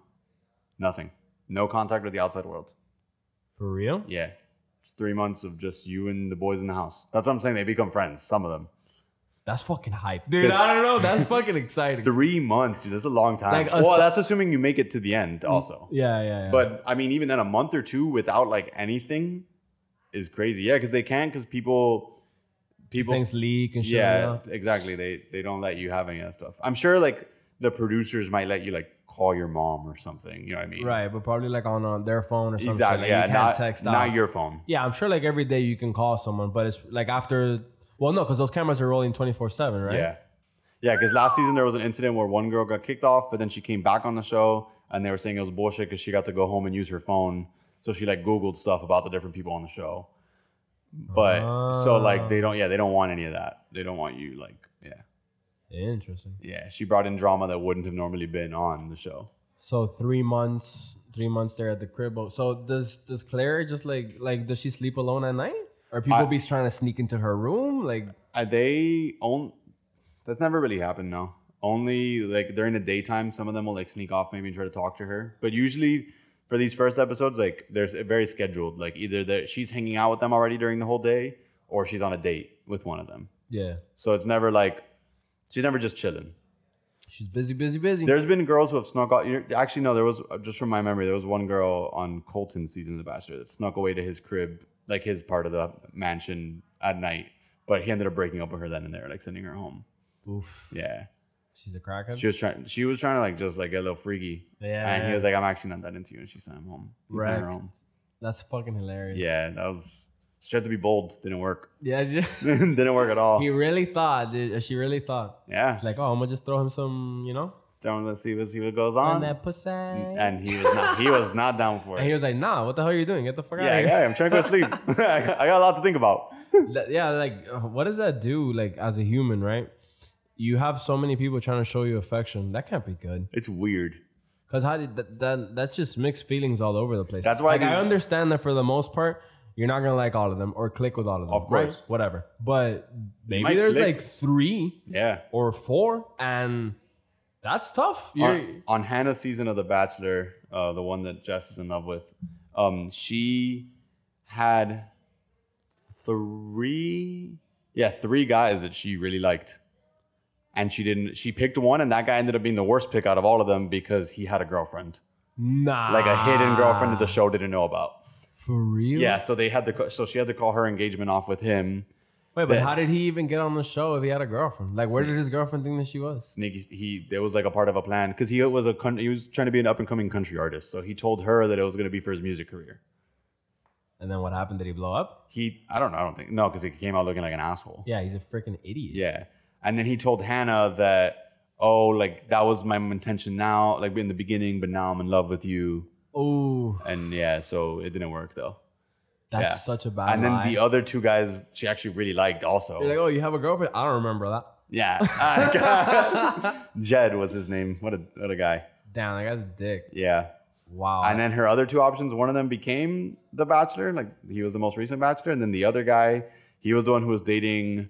nothing. No contact with the outside world.
For real?
Yeah, It's three months of just you and the boys in the house. That's what I'm saying. They become friends. Some of them.
That's fucking hype, dude. I don't know. That's fucking exciting.
Three months, dude. That's a long time.
Like, Mm.
well,
asi-
that's assuming you make it to the end, also.
yeah, yeah, yeah.
But I mean, even then, a month or two without like anything is crazy. Yeah, because they can, because people, people,
things leak and shit.
yeah,
Yeah.
exactly. They they don't let you have any of that stuff. I'm sure like the producers might let you like call your mom or something. You know what I mean?
Right, but probably like on, on their phone or something.
Exactly.
Like
yeah.
you can't
not
text out.
not your phone.
Yeah, I'm sure like every day you can call someone, but it's like after. Well, no, because those cameras are rolling 24 7, right?
Yeah. Yeah, because last season there was an incident where one girl got kicked off, but then she came back on the show and they were saying it was bullshit because she got to go home and use her phone. So she like Googled stuff about the different people on the show. But so like they don't, yeah, they don't want any of that. They don't want you like, yeah.
Interesting.
Yeah. She brought in drama that wouldn't have normally been on the show.
So three months, three months there at the crib. Oh, So does does Claire just like like does she sleep alone at night? Or people
I-
be trying to sneak into her room? Like
Are they on? That's never really happened. No, only like during the daytime, some of them will like sneak off maybe and try to talk to her. But usually for these first episodes, like they're s- very scheduled. Like either that she's hanging out with them already during the whole day, or she's on a date with one of them.
yeah,
So it's never like she's never just chilling.
she's busy, busy, busy.
There's been girls who have snuck out. you actually, no, there was uh, just from my memory, there was one girl on Colton's season of The Bachelor that snuck away to his crib, like his part of the mansion at night. But he ended up breaking up with her then and there, like sending her home.
Oof.
Yeah.
She's a crackhead.
She was trying she was trying to like just like get a little freaky.
yeah,
and he was like, I'm actually not that into you. And she sent him home. He sent her
Wrecked.
home.
that's fucking hilarious.
Yeah, that was she tried to be bold. Didn't work.
yeah. yeah.
Didn't work at all.
he really thought. Dude, uh, she really thought.
Yeah.
She's like, oh, I'm gonna just throw him some, you know,
Throwing let's see what see what goes
on
on.
that pussy.
Uh, And he was not he was not down for
And he
it.
was like, nah, what the hell are you doing? Get the fuck
Yeah,
out of
yeah, I'm trying to go to sleep. I got I got a lot to think about.
here. That- yeah, like, uh, what does that do, like, as a human, right? You have so many people trying to show you affection. That can't be good.
It's weird.
Because how did that, that, that's just mixed feelings all over the place.
That's why
like,
these-
I understand that for the most part, you're not going to like all of them or click with all of them.
Of course.
right? Whatever. But maybe
might
there's
click.
like three
Yeah.
or four, and that's tough. You're,
on, on Hannah's season of The Bachelor, uh, the one that Jess is in love with, um, she had three, yeah, three guys that she really liked, and she didn't. She picked one, and that guy ended up being the worst pick out of all of them because he had a girlfriend,
nah.
like a
Ah.
hidden girlfriend that the show didn't know about.
For real?
Yeah, so they had to. ca- So she had to call her engagement off with him.
Wait, but
that-
how did he even get on the show if he had a girlfriend? Like, where did his girlfriend think that she was?
Sneaky, he there was like a part of a plan because he was a con- he was trying to be an up and coming country artist. So he told her that it was going to be for his music career.
And then what happened? Did he blow up?
he I don't know, I don't think no, because he came out looking like an asshole.
Yeah, he's a freaking idiot.
Yeah. And then he told Hannah that, oh, like that was my intention now, like in the beginning, but now I'm in love with you.
Oh,
And yeah, so it didn't work though.
that's
Yeah.
such a bad.
and then
lie.
the other two guys she actually really liked also.
You're like, oh, you have a girlfriend? I don't remember that.
yeah. Ah, God. Jed was his name. What a what a guy.
Damn, that guy's a dick.
Yeah.
Wow.
And then her other two options, one of them became the bachelor, like he was the most recent bachelor, and then the other guy, he was the one who was dating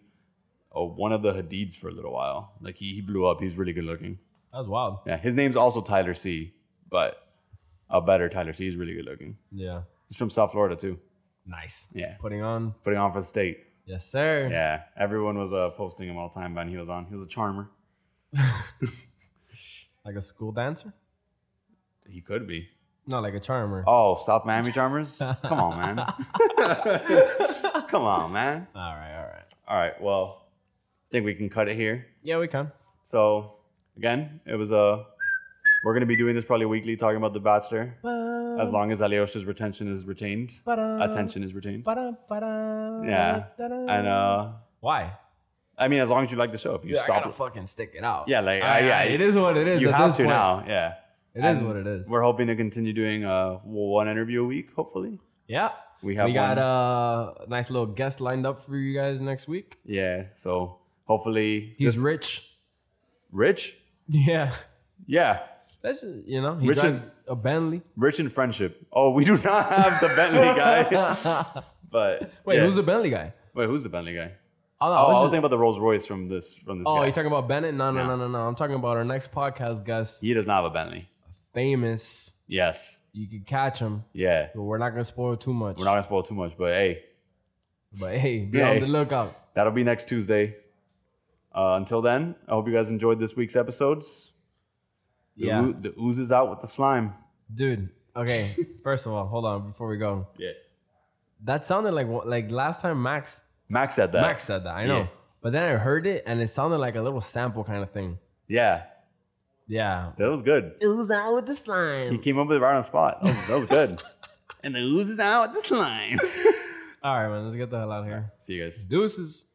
oh, one of the Hadids for a little while. Like he, he blew up. He's really good looking.
that was wild.
Yeah, his name's also Tyler C, but a better Tyler C. He's really good looking.
Yeah.
He's from South Florida too.
Nice.
Yeah,
Putting on.
putting on for the state.
Yes, sir.
Yeah, everyone was uh, posting him all the time, but he was on. He was a charmer.
Like a school dancer?
He could be.
No, like a charmer.
Oh, South Miami charmers. Come on, man. Come on, man.
All right, all right.
All right. Well, I think we can cut it here.
Yeah, we can.
So again, it was a. We're gonna be doing this probably weekly, talking about The Bachelor, as long as Alyosha's retention is retained, attention is retained, Yeah. and uh,
Why?
I mean, as long as you like the show, if you
Yeah, I
stop,
gotta fucking stick it out.
yeah, like
I-
uh, yeah,
I- it is what it is.
You
at
have
this
to
point.
now, yeah.
It is
And
what it is.
We're hoping to continue doing uh one interview a week, hopefully.
Yeah.
We have
we got
one.
uh, a nice little guest lined up for you guys next week.
yeah, so hopefully
He's
this-
rich.
rich.
Yeah.
Yeah,
That's just, you know, he
Rich
drives
and-
a Bentley.
rich in friendship. Oh, we do not have the Bentley guy, but
Wait,
yeah.
who's the Bentley guy?
wait? Who's the Bentley guy?
Oh, no, I
Oh, I
was
was
just-
thinking about the Rolls Royce from this from this
oh,
guy.
you talking about Bennett? No, no,
No.
no, no, no. I'm talking about our next podcast guest,
he does not have a Bentley.
famous
Yes.
You could catch him,
Yeah.
but we're not gonna spoil too much.
We're not gonna spoil too much, but hey,
but hey, be
Yeah.
on the lookout.
that'll be next Tuesday. Uh, until then, I hope you guys enjoyed this week's episodes. The,
Yeah,
oo- the ooze is out with the slime.
dude. Okay, first of all, hold on before we go.
Yeah.
That sounded like one- like last time Max
Max said that.
Max said that. I know,
Yeah.
but then I heard it and it sounded like a little sample kind of thing.
Yeah,
Yeah.
that was good.
Ooze out with the
He
slime.
came up with it right on the spot. That was, that was good. and the ooze is out with the slime.
All right, man. Let's get the hell out of here.
See you guys.
Deuces.